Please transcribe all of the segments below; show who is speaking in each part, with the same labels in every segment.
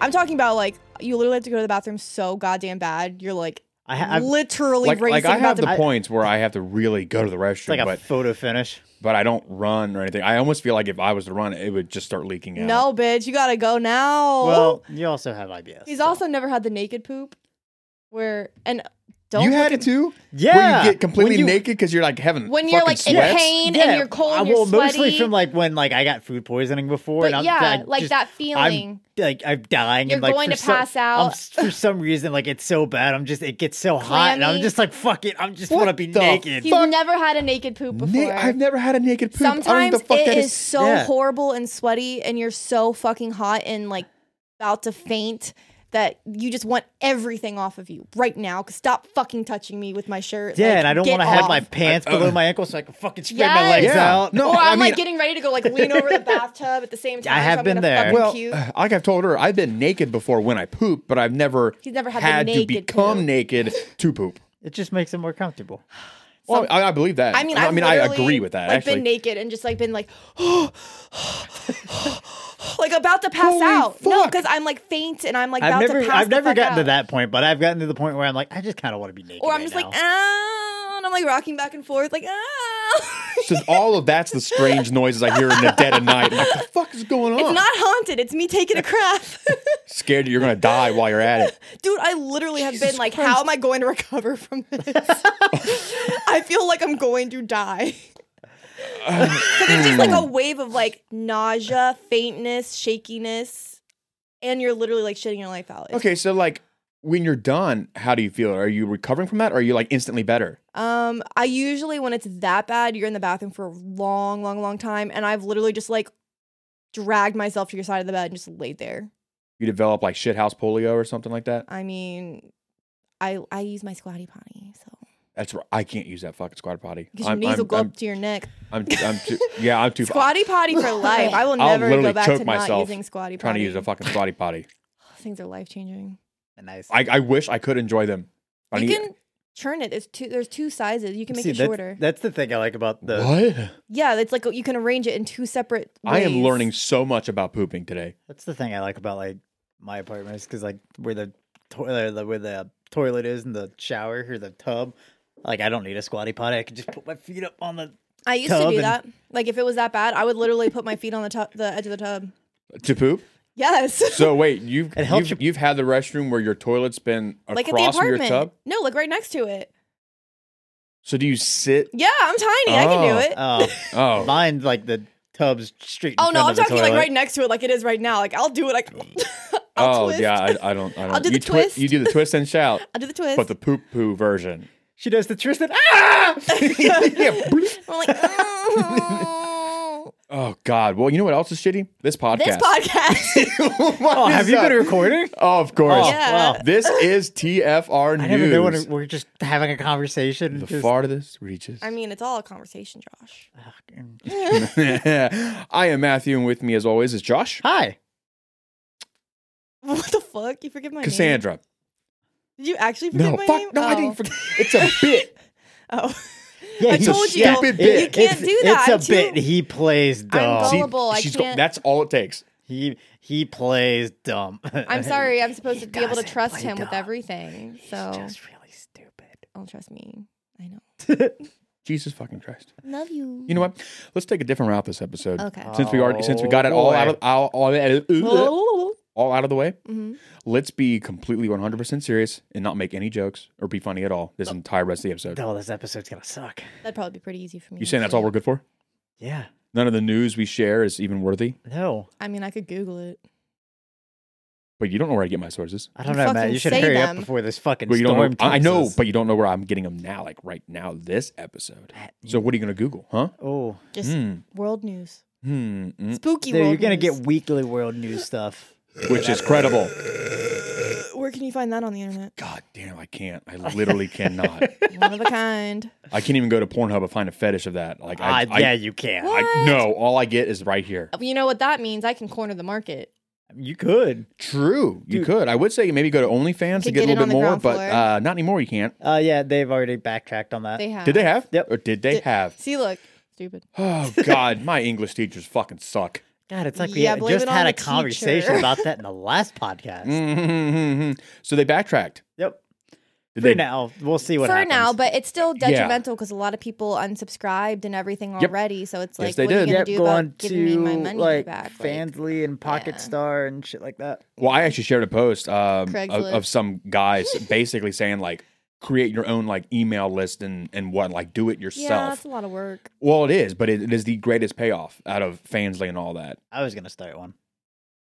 Speaker 1: I'm talking about like you literally have to go to the bathroom so goddamn bad. You're like
Speaker 2: I ha- I've, it's
Speaker 1: literally
Speaker 3: Like,
Speaker 1: racing
Speaker 3: like I
Speaker 1: about
Speaker 3: have
Speaker 1: to
Speaker 3: the
Speaker 1: I-
Speaker 3: points where I have to really go to the restroom,
Speaker 2: like a
Speaker 3: but
Speaker 2: photo finish.
Speaker 3: but I don't run or anything. I almost feel like if I was to run, it would just start leaking out.
Speaker 1: No, bitch, you gotta go now.
Speaker 2: Well, you also have IBS.
Speaker 1: he's
Speaker 2: so-
Speaker 1: also never had the naked poop, where and don't
Speaker 3: you
Speaker 1: look
Speaker 3: had
Speaker 1: at-
Speaker 3: it too.
Speaker 2: yeah.
Speaker 3: where you get completely
Speaker 2: When you-
Speaker 3: naked because you're like having
Speaker 1: when you're
Speaker 3: fucking
Speaker 1: like
Speaker 3: sweats.
Speaker 1: in pain and you're cold
Speaker 2: I-
Speaker 1: and
Speaker 2: well,
Speaker 1: you're sweaty.
Speaker 2: mostly from like when like I got food poisoning before.
Speaker 1: but
Speaker 2: and I'm,
Speaker 1: yeah,
Speaker 2: I
Speaker 1: like
Speaker 2: just-
Speaker 1: that feeling.
Speaker 2: I'm like I'm dying.
Speaker 1: You're
Speaker 2: and, like,
Speaker 1: going
Speaker 2: for
Speaker 1: to
Speaker 2: some-
Speaker 1: pass
Speaker 2: I'm
Speaker 1: out.
Speaker 2: s- for some reason, like it's so bad. I'm just it gets so hot, and I'm
Speaker 1: Clammy.
Speaker 2: just like fuck it. I'm just
Speaker 3: What
Speaker 2: want to be
Speaker 3: the
Speaker 2: naked.
Speaker 1: He's never had a naked poop before.
Speaker 3: Na- I've never had a naked poop. I don't know
Speaker 1: Sometimes
Speaker 3: what the fuck
Speaker 1: it
Speaker 3: that
Speaker 1: is so
Speaker 2: Yeah.
Speaker 1: horrible and sweaty, and you're so fucking hot and like about to faint that you just want everything off of you right now. Cause stop fucking touching me with my shirt.
Speaker 2: yeah,
Speaker 1: Like,
Speaker 2: and I don't
Speaker 1: get
Speaker 2: want to have
Speaker 1: off. uh,
Speaker 2: my pants below my ankles so I can fucking spread my
Speaker 1: Yes.
Speaker 2: legs
Speaker 3: Yeah.
Speaker 2: out.
Speaker 3: No,
Speaker 1: Or I'm
Speaker 3: I mean-
Speaker 1: like getting ready to go like lean over the bathtub at the same time.
Speaker 2: have
Speaker 1: so I'm
Speaker 2: been
Speaker 1: gonna
Speaker 2: there.
Speaker 1: fucking
Speaker 3: Well,
Speaker 1: puke.
Speaker 3: uh, like I've told her, I've been naked before when I poop, but I've never
Speaker 1: He's never had the
Speaker 3: had to
Speaker 1: naked
Speaker 3: become
Speaker 1: poop.
Speaker 3: naked to poop.
Speaker 2: It just makes it more comfortable.
Speaker 3: Well, I, I believe that.
Speaker 1: I mean,
Speaker 3: I
Speaker 1: I've
Speaker 3: mean, I
Speaker 1: literally,
Speaker 3: agree with that.
Speaker 1: Like
Speaker 3: actually,
Speaker 1: been naked and just like been like, like about to pass
Speaker 3: Holy
Speaker 1: out. No,
Speaker 3: fuck.
Speaker 1: because I'm like faint and I'm like about
Speaker 2: I've never
Speaker 1: to pass.
Speaker 2: I've
Speaker 1: the
Speaker 2: never
Speaker 1: fuck
Speaker 2: gotten to
Speaker 1: out.
Speaker 2: that point, but I've gotten to the point where I'm like I just kind of want to be naked.
Speaker 1: Or I'm
Speaker 2: right
Speaker 1: just
Speaker 2: now.
Speaker 1: like, ah, and I'm like rocking back and forth, like, ah. it's
Speaker 3: so all of that's the strange noises I hear in the dead of night. Like, the fuck is going on?
Speaker 1: not haunted. It's me taking a crap.
Speaker 3: Scared you're gonna die while you're at it.
Speaker 1: Dude, I literally have been like, how am I going to recover from this? I feel like I'm going to die. 'Cause it's just like a wave of like nausea, faintness, shakiness, and you're literally like shitting your life out. It's-
Speaker 3: Okay, so like when you're done, how do you feel? Are you recovering from that? Or are you like instantly better?
Speaker 1: Um, I usually when it's that bad, you're in the bathroom for a long, long, long time, and I've literally just like dragged myself to your side of the bed and just laid there.
Speaker 3: You develop like shithouse polio or something like that?
Speaker 1: I mean, I I use my squatty potty, so
Speaker 3: That's right. I can't use that fucking squat potty.
Speaker 1: because your
Speaker 3: I'm,
Speaker 1: knees
Speaker 3: I'm,
Speaker 1: will go
Speaker 3: I'm,
Speaker 1: up to your neck.
Speaker 3: I'm, I'm too, yeah, I'm too
Speaker 1: Squatty potty for life. I will
Speaker 3: I'll
Speaker 1: never
Speaker 3: literally
Speaker 1: go back
Speaker 3: choke
Speaker 1: to not
Speaker 3: myself
Speaker 1: using squatty potty.
Speaker 3: trying to use a fucking squatty potty.
Speaker 1: Things are life changing.
Speaker 2: nice.
Speaker 3: I, I wish I could enjoy them. I
Speaker 1: You
Speaker 3: need-
Speaker 1: can churn it. There's two. There's two sizes. You can make
Speaker 2: See,
Speaker 1: it
Speaker 2: that's-
Speaker 1: shorter.
Speaker 2: That's, the thing I like about the.
Speaker 3: what?
Speaker 1: yeah, it's like you can arrange it in two separate.
Speaker 3: I am
Speaker 1: ways.
Speaker 3: learning so much about pooping today.
Speaker 2: That's the thing I like about like my apartment is because like where the toilet, where the toilet is, and the shower or the tub. Like I don't need a squatty potty. I can just put my feet up on the.
Speaker 1: I used
Speaker 2: tub
Speaker 1: to do
Speaker 2: and-
Speaker 1: that. Like if it was that bad, I would literally put my feet on the top, the edge of the tub.
Speaker 3: To poop?
Speaker 1: Yes.
Speaker 3: So wait, you've
Speaker 2: It helps
Speaker 3: you've,
Speaker 2: you-
Speaker 3: you've had the restroom where your toilet's been
Speaker 1: like at the
Speaker 3: across from your
Speaker 1: apartment.
Speaker 3: tub.
Speaker 1: No, like right next to it.
Speaker 3: So do you sit?
Speaker 1: Yeah, I'm tiny. I can
Speaker 3: Oh.
Speaker 1: do it.
Speaker 2: Uh,
Speaker 3: Oh,
Speaker 2: mine like the tubs straight. in
Speaker 1: oh no,
Speaker 2: front
Speaker 1: I'm
Speaker 2: of the
Speaker 1: talking like
Speaker 2: toilet.
Speaker 1: right next to it, like it is right now. Like I'll do it. Like I'll
Speaker 3: oh
Speaker 1: twist.
Speaker 3: yeah. I, I don't. I don't.
Speaker 1: do the
Speaker 3: you twi-
Speaker 1: twist.
Speaker 3: you do the twist and shout,
Speaker 1: I'll do the twist.
Speaker 3: but the poop poo version.
Speaker 2: She does the Tristan. Ah!
Speaker 3: yeah. bloop.
Speaker 1: We're like. "Mm."
Speaker 3: Oh God. Well, you know what else is shitty? This podcast.
Speaker 1: This podcast.
Speaker 2: oh, have you been a
Speaker 3: Heard-
Speaker 2: recorder?
Speaker 3: oh, of course.
Speaker 2: Oh,
Speaker 1: Yeah.
Speaker 2: wow.
Speaker 3: This is TFR
Speaker 2: I
Speaker 3: news.
Speaker 2: never know when we're just having a conversation.
Speaker 3: the
Speaker 2: just-
Speaker 3: farthest reaches.
Speaker 1: I mean, it's all a conversation, Josh.
Speaker 3: I am Matthew, and with me, as always, is Josh,
Speaker 2: Hi.
Speaker 1: What the fuck? You forget my name?
Speaker 3: Cassandra.
Speaker 1: Did you actually forget
Speaker 3: No,
Speaker 1: my
Speaker 3: fuck.
Speaker 1: name?
Speaker 3: No, I
Speaker 1: Oh.
Speaker 3: didn't forget. It's a bit.
Speaker 1: Oh.
Speaker 2: Yeah,
Speaker 1: I
Speaker 2: he's-
Speaker 1: told you.
Speaker 3: stupid bit.
Speaker 1: You can't
Speaker 2: it's,
Speaker 1: do that.
Speaker 2: It's a
Speaker 1: I'm too-
Speaker 2: bit. He plays dumb.
Speaker 1: gullible. I
Speaker 3: she's go-
Speaker 1: can't-
Speaker 3: that's all it takes.
Speaker 2: He he plays dumb.
Speaker 1: I'm sorry. I'm supposed to be able to
Speaker 2: doesn't
Speaker 1: trust
Speaker 2: play
Speaker 1: him with
Speaker 2: dumb.
Speaker 1: everything. So
Speaker 2: really stupid.
Speaker 1: don't trust me. I know.
Speaker 3: Jesus fucking Christ.
Speaker 1: Love you.
Speaker 3: You uh, know what? Let's take a different route this episode.
Speaker 1: Okay. Oh,
Speaker 3: Since we already since we got it
Speaker 2: Oh,
Speaker 3: all out of all, all, all out of the way,
Speaker 2: Mm-hmm.
Speaker 1: Mhm.
Speaker 3: let's be completely 100% serious and not make any jokes or be funny at all this entire rest of the episode.
Speaker 2: Oh, this episode's gonna suck.
Speaker 1: That'd probably be pretty easy for me.
Speaker 3: You saying that's all we're good for?
Speaker 2: Yeah.
Speaker 3: None of the news we share is even worthy,
Speaker 2: No.
Speaker 1: I mean, I could Google it.
Speaker 3: but you don't know where I get my sources.
Speaker 2: I don't
Speaker 1: You
Speaker 2: know, Matt.
Speaker 1: fucking
Speaker 2: You should
Speaker 1: say
Speaker 2: hurry
Speaker 1: them.
Speaker 2: up before this fucking
Speaker 3: But you don't
Speaker 2: storm.
Speaker 3: know, I I know,
Speaker 2: takes us.
Speaker 3: but you don't know where I'm getting them now, like right now, this episode. So what are you gonna Google, huh?
Speaker 2: oh,
Speaker 1: Just
Speaker 3: Hmm.
Speaker 1: world news.
Speaker 3: Hmm. hmm.
Speaker 1: Spooky
Speaker 2: dude,
Speaker 1: world
Speaker 2: you're gonna
Speaker 1: news.
Speaker 2: get weekly world news stuff.
Speaker 3: Which is credible.
Speaker 1: Where can you find that on the internet?
Speaker 3: God damn, I can't. I literally cannot.
Speaker 1: One of a kind.
Speaker 3: I can't even go to Pornhub and find a fetish of that. Like I,
Speaker 2: Ah,
Speaker 3: I,
Speaker 2: yeah, you can.
Speaker 1: What?
Speaker 3: I no, all I get is right here.
Speaker 1: Uh, You know what that means? I can corner the market.
Speaker 2: You could.
Speaker 3: True, you could. I would say maybe go to OnlyFans to
Speaker 1: To
Speaker 3: get,
Speaker 1: get
Speaker 3: a
Speaker 1: it
Speaker 3: little
Speaker 1: on
Speaker 3: bit
Speaker 1: the
Speaker 3: more,
Speaker 1: ground
Speaker 3: but
Speaker 1: floor.
Speaker 3: uh, not anymore. You can't.
Speaker 2: Uh, yeah, they've already backtracked on that.
Speaker 1: They have.
Speaker 3: Did they have?
Speaker 2: Yep.
Speaker 3: Or did they
Speaker 1: Did-
Speaker 3: have?
Speaker 1: See, look, stupid.
Speaker 3: Oh God, my English teachers fucking suck.
Speaker 2: God, it's like
Speaker 1: Yeah,
Speaker 2: we
Speaker 1: blame
Speaker 2: just
Speaker 1: it on
Speaker 2: had
Speaker 1: the
Speaker 2: a conversation
Speaker 1: teacher.
Speaker 2: about that in the last podcast.
Speaker 3: Mm. Mhm. So they backtracked.
Speaker 2: Yep.
Speaker 3: Did
Speaker 2: For
Speaker 3: they
Speaker 2: now, we'll see what
Speaker 1: for
Speaker 2: happens.
Speaker 1: now, but it's still
Speaker 3: Yeah.
Speaker 1: detrimental because a lot of people unsubscribed and everything
Speaker 3: Yep.
Speaker 1: already. So it's
Speaker 3: Yes,
Speaker 1: like,
Speaker 3: they
Speaker 1: what are you
Speaker 3: did.
Speaker 1: gonna
Speaker 2: yep,
Speaker 1: do
Speaker 2: go on
Speaker 1: about
Speaker 2: to
Speaker 1: giving me my money
Speaker 2: like
Speaker 1: back? Like,
Speaker 2: Fansly and Pocket
Speaker 1: yeah.
Speaker 2: Star and shit like that.
Speaker 3: Well, I actually shared a post um, of,
Speaker 1: Craigslist.
Speaker 3: of some guys basically saying like create your own like email list and and what like do it
Speaker 1: yeah,
Speaker 3: yourself.
Speaker 1: that's a lot of work.
Speaker 3: well, it is, but it, it is the greatest payoff out of Fansly and all that.
Speaker 2: I was gonna start one.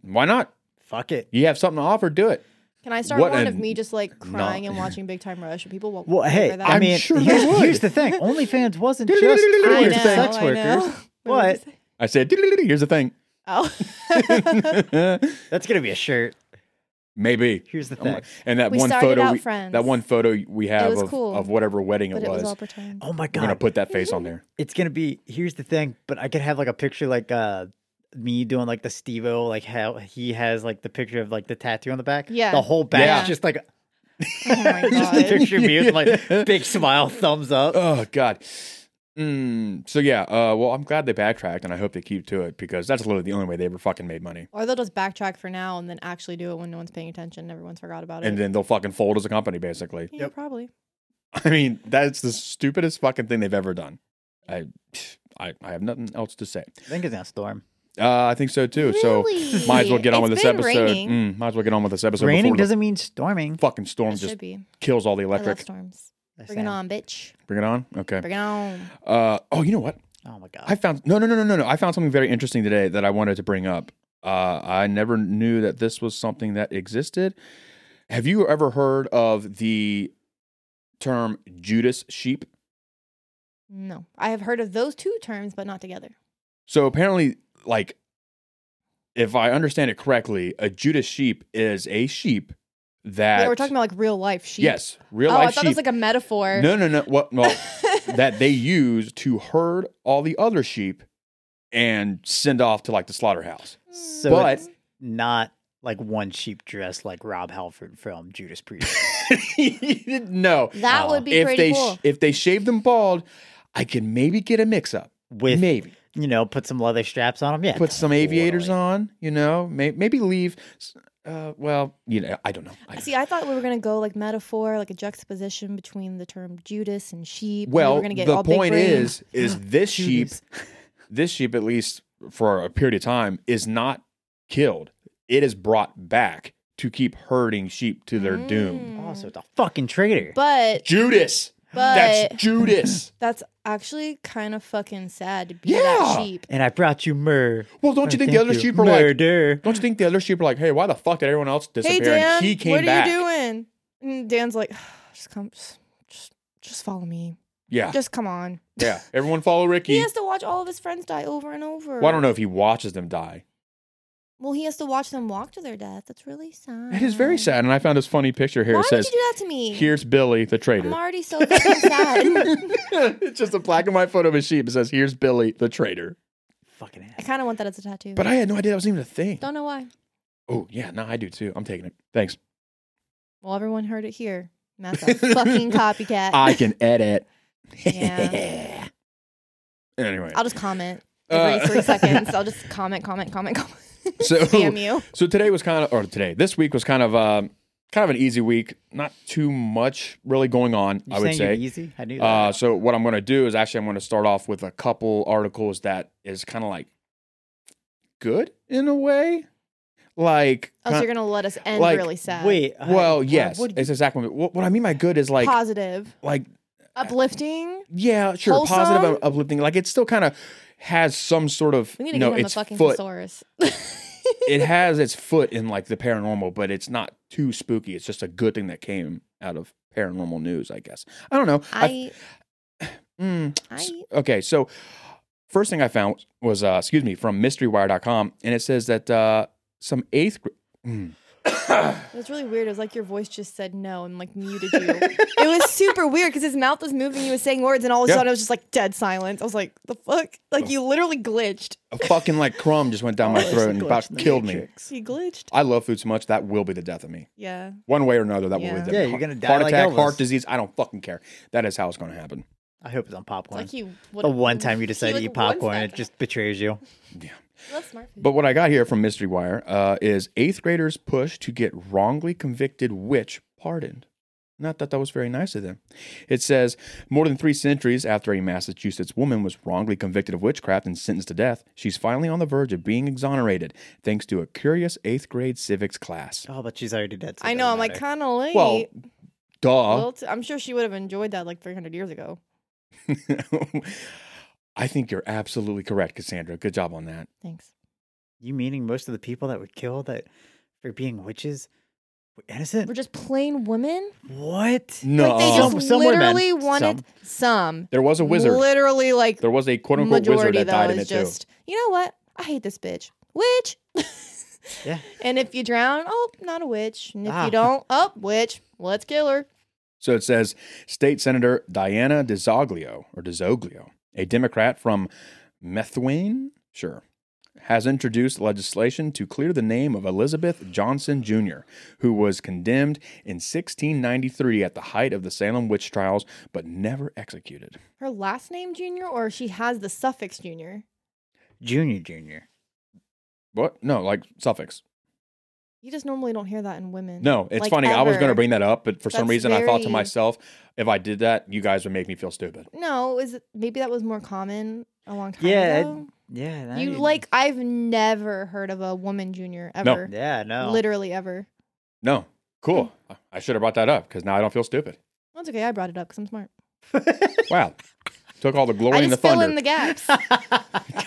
Speaker 3: Why not?
Speaker 2: Fuck it.
Speaker 3: You have something to offer, do it.
Speaker 1: Can I start
Speaker 3: What
Speaker 1: one
Speaker 3: a-
Speaker 1: of me just like
Speaker 3: no.
Speaker 1: crying and watching Big Time Rush? And people won't.
Speaker 2: Well,
Speaker 1: pay
Speaker 2: hey,
Speaker 1: for that.
Speaker 2: I
Speaker 3: I'm
Speaker 2: mean,
Speaker 3: sure they
Speaker 2: here's,
Speaker 3: would.
Speaker 2: here's the thing: OnlyFans wasn't just
Speaker 3: I
Speaker 2: for
Speaker 3: know,
Speaker 2: sex
Speaker 1: I know.
Speaker 2: workers.
Speaker 1: What?
Speaker 2: What?
Speaker 1: did you say?
Speaker 3: I said, "Diddle-diddle-diddle, here's the thing.
Speaker 1: Oh,
Speaker 2: That's gonna be a shirt.
Speaker 3: Maybe.
Speaker 2: Here's the
Speaker 3: I'm
Speaker 2: thing.
Speaker 3: like- And that
Speaker 1: We
Speaker 3: one
Speaker 1: started
Speaker 3: photo,
Speaker 1: out
Speaker 3: we,
Speaker 1: friends.
Speaker 3: that one photo we have
Speaker 1: was
Speaker 3: of,
Speaker 1: cool.
Speaker 3: of whatever wedding
Speaker 1: but
Speaker 3: it
Speaker 1: it
Speaker 3: was.
Speaker 1: was all pretend.
Speaker 2: oh my
Speaker 3: I'm gonna
Speaker 2: god,
Speaker 3: put that face on there.
Speaker 2: it's gonna be. Here's the thing, but I could have like a picture like uh me doing like the Stevo, like how he has like the picture of like the tattoo on the back.
Speaker 1: Yeah.
Speaker 2: the whole back,
Speaker 3: Yeah.
Speaker 2: is just like
Speaker 1: Oh my
Speaker 2: just a
Speaker 1: God.
Speaker 2: picture of me with like big smile, thumbs up.
Speaker 3: Oh God. Mm, so yeah. Uh, well, I'm glad they backtracked, and I hope they keep to it because that's literally the only way they ever fucking made money.
Speaker 1: Or they'll just backtrack for now and then actually do it when no one's paying attention and everyone's forgot about it.
Speaker 3: And then they'll fucking fold as a company, basically.
Speaker 1: yeah,
Speaker 2: Yep.
Speaker 1: probably.
Speaker 3: I mean, that's the stupidest fucking thing they've ever done. I, I, I have nothing else to say.
Speaker 2: I think it's gonna storm.
Speaker 3: Uh, I think so too. So
Speaker 1: Really?
Speaker 3: might as well get on
Speaker 1: It's
Speaker 3: with this
Speaker 1: been
Speaker 3: episode.
Speaker 1: raining.
Speaker 3: Mm, might as well get on with this episode.
Speaker 2: Raining
Speaker 3: before the
Speaker 2: doesn't mean storming.
Speaker 3: fucking storm
Speaker 1: It
Speaker 3: just
Speaker 1: should be.
Speaker 3: kills all the
Speaker 1: I love
Speaker 3: electric.
Speaker 1: storms.
Speaker 2: I
Speaker 1: Bring it
Speaker 2: say.
Speaker 1: on, bitch.
Speaker 3: Bring it on. Okay.
Speaker 1: Bring it on.
Speaker 3: Uh, oh, you know what?
Speaker 2: Oh my god.
Speaker 3: I found no, no, no, no, no, no. I found something very interesting today that I wanted to bring up. Uh, I never knew that this was something that existed. Have you ever heard of the term Judas sheep?
Speaker 1: No, I have heard of those two terms, but not together.
Speaker 3: So apparently, like, if I understand it correctly, a Judas sheep is a sheep that
Speaker 1: Yeah, we're talking about like real life sheep.
Speaker 3: yes, real
Speaker 1: oh, I
Speaker 3: life
Speaker 1: thought
Speaker 3: sheep.
Speaker 1: it was like a metaphor. Hmm.
Speaker 3: no, no, no. What? Well, that they use to herd all the other sheep and send off to like the slaughterhouse.
Speaker 2: So
Speaker 3: But-
Speaker 2: it's not like one sheep dressed like Rob Halford from Judas Priest.
Speaker 3: no,
Speaker 1: that
Speaker 2: Oh.
Speaker 1: would be
Speaker 3: if
Speaker 1: pretty
Speaker 3: they
Speaker 1: cool.
Speaker 3: if they shave them bald, I can maybe get a mix up.
Speaker 2: With
Speaker 3: maybe
Speaker 2: you know, put some leather straps on him. Yeah,
Speaker 3: put some aviators
Speaker 2: totally.
Speaker 3: on, you know, may, maybe leave. s- Uh, well, you know, I don't know. I,
Speaker 1: See, I thought we were gonna go like metaphor, like a juxtaposition between the term Judas and sheep. and we
Speaker 3: well,
Speaker 1: were gonna get
Speaker 3: the
Speaker 1: all big
Speaker 3: point
Speaker 1: brain.
Speaker 3: is, is this sheep,
Speaker 2: Judas.
Speaker 3: this sheep at least for a period of time is not killed. It is brought back to keep herding sheep to their doom.
Speaker 1: Mm.
Speaker 2: Also, it's a fucking traitor.
Speaker 1: but
Speaker 3: Judas,
Speaker 1: but
Speaker 3: that's Judas.
Speaker 1: that's actually kind of fucking sad to be
Speaker 3: Yeah.
Speaker 1: that sheep.
Speaker 2: and I brought you myrrh.
Speaker 3: Well, don't
Speaker 2: Oh,
Speaker 3: you think the
Speaker 2: thank
Speaker 3: other
Speaker 2: you.
Speaker 3: sheep are like?
Speaker 2: murder?
Speaker 3: Don't you think the other sheep are like, hey, why the fuck did everyone else
Speaker 1: Hey
Speaker 3: disappear?
Speaker 1: Dan,
Speaker 3: and he came
Speaker 1: what are
Speaker 3: back.
Speaker 1: you doing? And Dan's like, just come, just, just, just follow me.
Speaker 3: Yeah,
Speaker 1: Just come on.
Speaker 3: yeah. Everyone follow Ricky.
Speaker 1: He has to watch all of his friends die over and over.
Speaker 3: well, I don't know if he watches them die.
Speaker 1: Well, he has to watch them walk to their death. That's really sad.
Speaker 3: It is very sad. And I found this funny picture here.
Speaker 1: Mm. Why
Speaker 3: it says,
Speaker 1: would you do that to me?
Speaker 3: "Here's Billy the
Speaker 1: I'm
Speaker 3: traitor."
Speaker 1: already so fucking sad.
Speaker 3: it's just a black and white photo of a sheep. It says, "Here's Billy the traitor."
Speaker 2: Fucking
Speaker 1: I
Speaker 2: ass.
Speaker 1: kind of want that as a tattoo.
Speaker 3: But I had no idea that was even a thing.
Speaker 1: don't know why.
Speaker 3: Oh yeah, no, I do too. I'm taking it. Thanks.
Speaker 1: Well, everyone heard it here. Matt's a fucking copycat.
Speaker 3: I can edit.
Speaker 1: Yeah.
Speaker 3: anyway,
Speaker 1: I'll just comment every
Speaker 3: Uh,
Speaker 1: three seconds. I'll just comment, comment, comment, comment.
Speaker 3: so
Speaker 1: Damn you.
Speaker 3: So today was kind of, or today, this week was kind of, um, kind of an easy week. Not too much really going on,
Speaker 2: You
Speaker 3: I would
Speaker 2: saying you're
Speaker 3: say.
Speaker 2: easy. I knew that.
Speaker 3: Uh, so what I'm going to do is actually I'm going to start off with a couple articles that is kind of like good in a way, like
Speaker 1: Oh, so
Speaker 3: kin-
Speaker 1: you're gonna let us end
Speaker 3: like,
Speaker 1: really sad.
Speaker 2: Wait. I-
Speaker 3: well,
Speaker 2: why
Speaker 3: yes,
Speaker 2: would
Speaker 3: it's exactly what, what I mean by good is like uh,
Speaker 1: positive,
Speaker 3: like
Speaker 1: uplifting.
Speaker 3: yeah, sure,
Speaker 1: Wholesome?
Speaker 3: positive and uplifting. Like it still kind of has some sort of
Speaker 1: We need to
Speaker 3: you know
Speaker 1: get him a
Speaker 3: its
Speaker 1: fucking
Speaker 3: foot.
Speaker 1: thesaurus.
Speaker 3: it has its foot in like the paranormal, but it's not too spooky. It's just a good thing that came out of paranormal news, I guess. I don't know. I,
Speaker 1: I,
Speaker 3: mm, S-
Speaker 1: I,
Speaker 3: Okay, so first thing I found was, uh, excuse me, from mysterywire.com, and it says that uh, some eighth mm, grade.
Speaker 1: it was really weird. It was like your voice just said no and like muted you. it was super weird because his mouth was moving. He was saying words, and all of a
Speaker 3: Yeah. Oh.
Speaker 1: sudden it was just like dead silence. I was like, the fuck? Like you literally glitched.
Speaker 3: A fucking like crumb just went down my
Speaker 2: Always
Speaker 3: throat
Speaker 2: a
Speaker 3: and
Speaker 2: glitch
Speaker 3: about
Speaker 2: in the
Speaker 3: killed me.
Speaker 2: matrix.
Speaker 1: He glitched.
Speaker 3: I love food so much that will be the death of me,
Speaker 1: Yeah.
Speaker 3: one way or another. That will
Speaker 1: Yeah.
Speaker 3: be the death.
Speaker 2: Yeah,
Speaker 3: of me.
Speaker 2: you're gonna die
Speaker 3: Heart
Speaker 2: like
Speaker 3: attack,
Speaker 2: Elvis.
Speaker 3: heart disease. I don't fucking care. That is how it's going to happen.
Speaker 2: I hope it's on
Speaker 1: It's
Speaker 2: popcorn.
Speaker 1: like you.
Speaker 2: the one time you decide to eat popcorn, it just betrays you.
Speaker 1: Love smart food.
Speaker 3: But what I got here from Mystery Wire uh, is eighth graders push to get wrongly convicted witch pardoned. Not that that was very nice of them. It says more than three centuries after a Massachusetts woman was wrongly convicted of witchcraft and sentenced to death, she's finally on the verge of being exonerated thanks to a curious eighth grade civics class.
Speaker 2: Oh, but she's already dead. so it
Speaker 1: I know.
Speaker 2: doesn't
Speaker 1: I'm like
Speaker 2: matter.
Speaker 1: kind of late.
Speaker 3: Well, duh.
Speaker 1: Well, t- I'm sure she would have enjoyed that like 300 years ago.
Speaker 3: I think you're absolutely correct, Cassandra. Good job on that.
Speaker 1: Thanks.
Speaker 2: you meaning most of the people that were killed that for being witches were
Speaker 1: We're
Speaker 2: innocent?
Speaker 1: just plain women.
Speaker 2: What?
Speaker 3: No,
Speaker 1: Like they
Speaker 2: Some-
Speaker 1: just
Speaker 2: some women.
Speaker 1: literally wanted some.
Speaker 3: there was a wizard.
Speaker 1: Literally, like
Speaker 3: There was a quote unquote wizard
Speaker 1: majority
Speaker 3: that died
Speaker 1: though
Speaker 3: in it
Speaker 1: is just. You know what? I hate this bitch. Witch.
Speaker 2: Yeah.
Speaker 1: And if you drown, oh, not a witch. And if
Speaker 2: Ah.
Speaker 1: you don't, oh, witch. Let's kill her.
Speaker 3: So it says State Senator Diana DeZoglio, or DeZoglio, a Democrat from Methuen, sure, has introduced legislation to clear the name of Elizabeth Johnson Jr., who was condemned in 1693 at the height of the Salem witch trials, but never executed.
Speaker 1: Her last name Junior, or she has the suffix Junior.
Speaker 2: Junior, junior.
Speaker 3: What? No, like suffix.
Speaker 1: You just normally don't hear that in women.
Speaker 3: No, it's
Speaker 1: Like
Speaker 3: funny. I was going to
Speaker 1: ever.
Speaker 3: bring that up, but for some
Speaker 1: That's
Speaker 3: reason I thought to
Speaker 1: very-
Speaker 3: myself, if I did that, you guys would make me feel stupid.
Speaker 1: No, is it, maybe that was more common a long time
Speaker 2: Yeah, it-
Speaker 1: ago.
Speaker 2: Yeah. now
Speaker 1: you like I've never heard of a woman junior ever.
Speaker 2: Yeah. No.
Speaker 1: Literally ever.
Speaker 3: No, cool.
Speaker 1: Hmm.
Speaker 3: I- I should have brought that up because now I don't feel stupid.
Speaker 1: That's okay. I brought it up because I'm smart.
Speaker 3: Wow. Took all the glory
Speaker 1: I
Speaker 3: and the
Speaker 1: just fill
Speaker 3: thunder.
Speaker 1: in the gaps.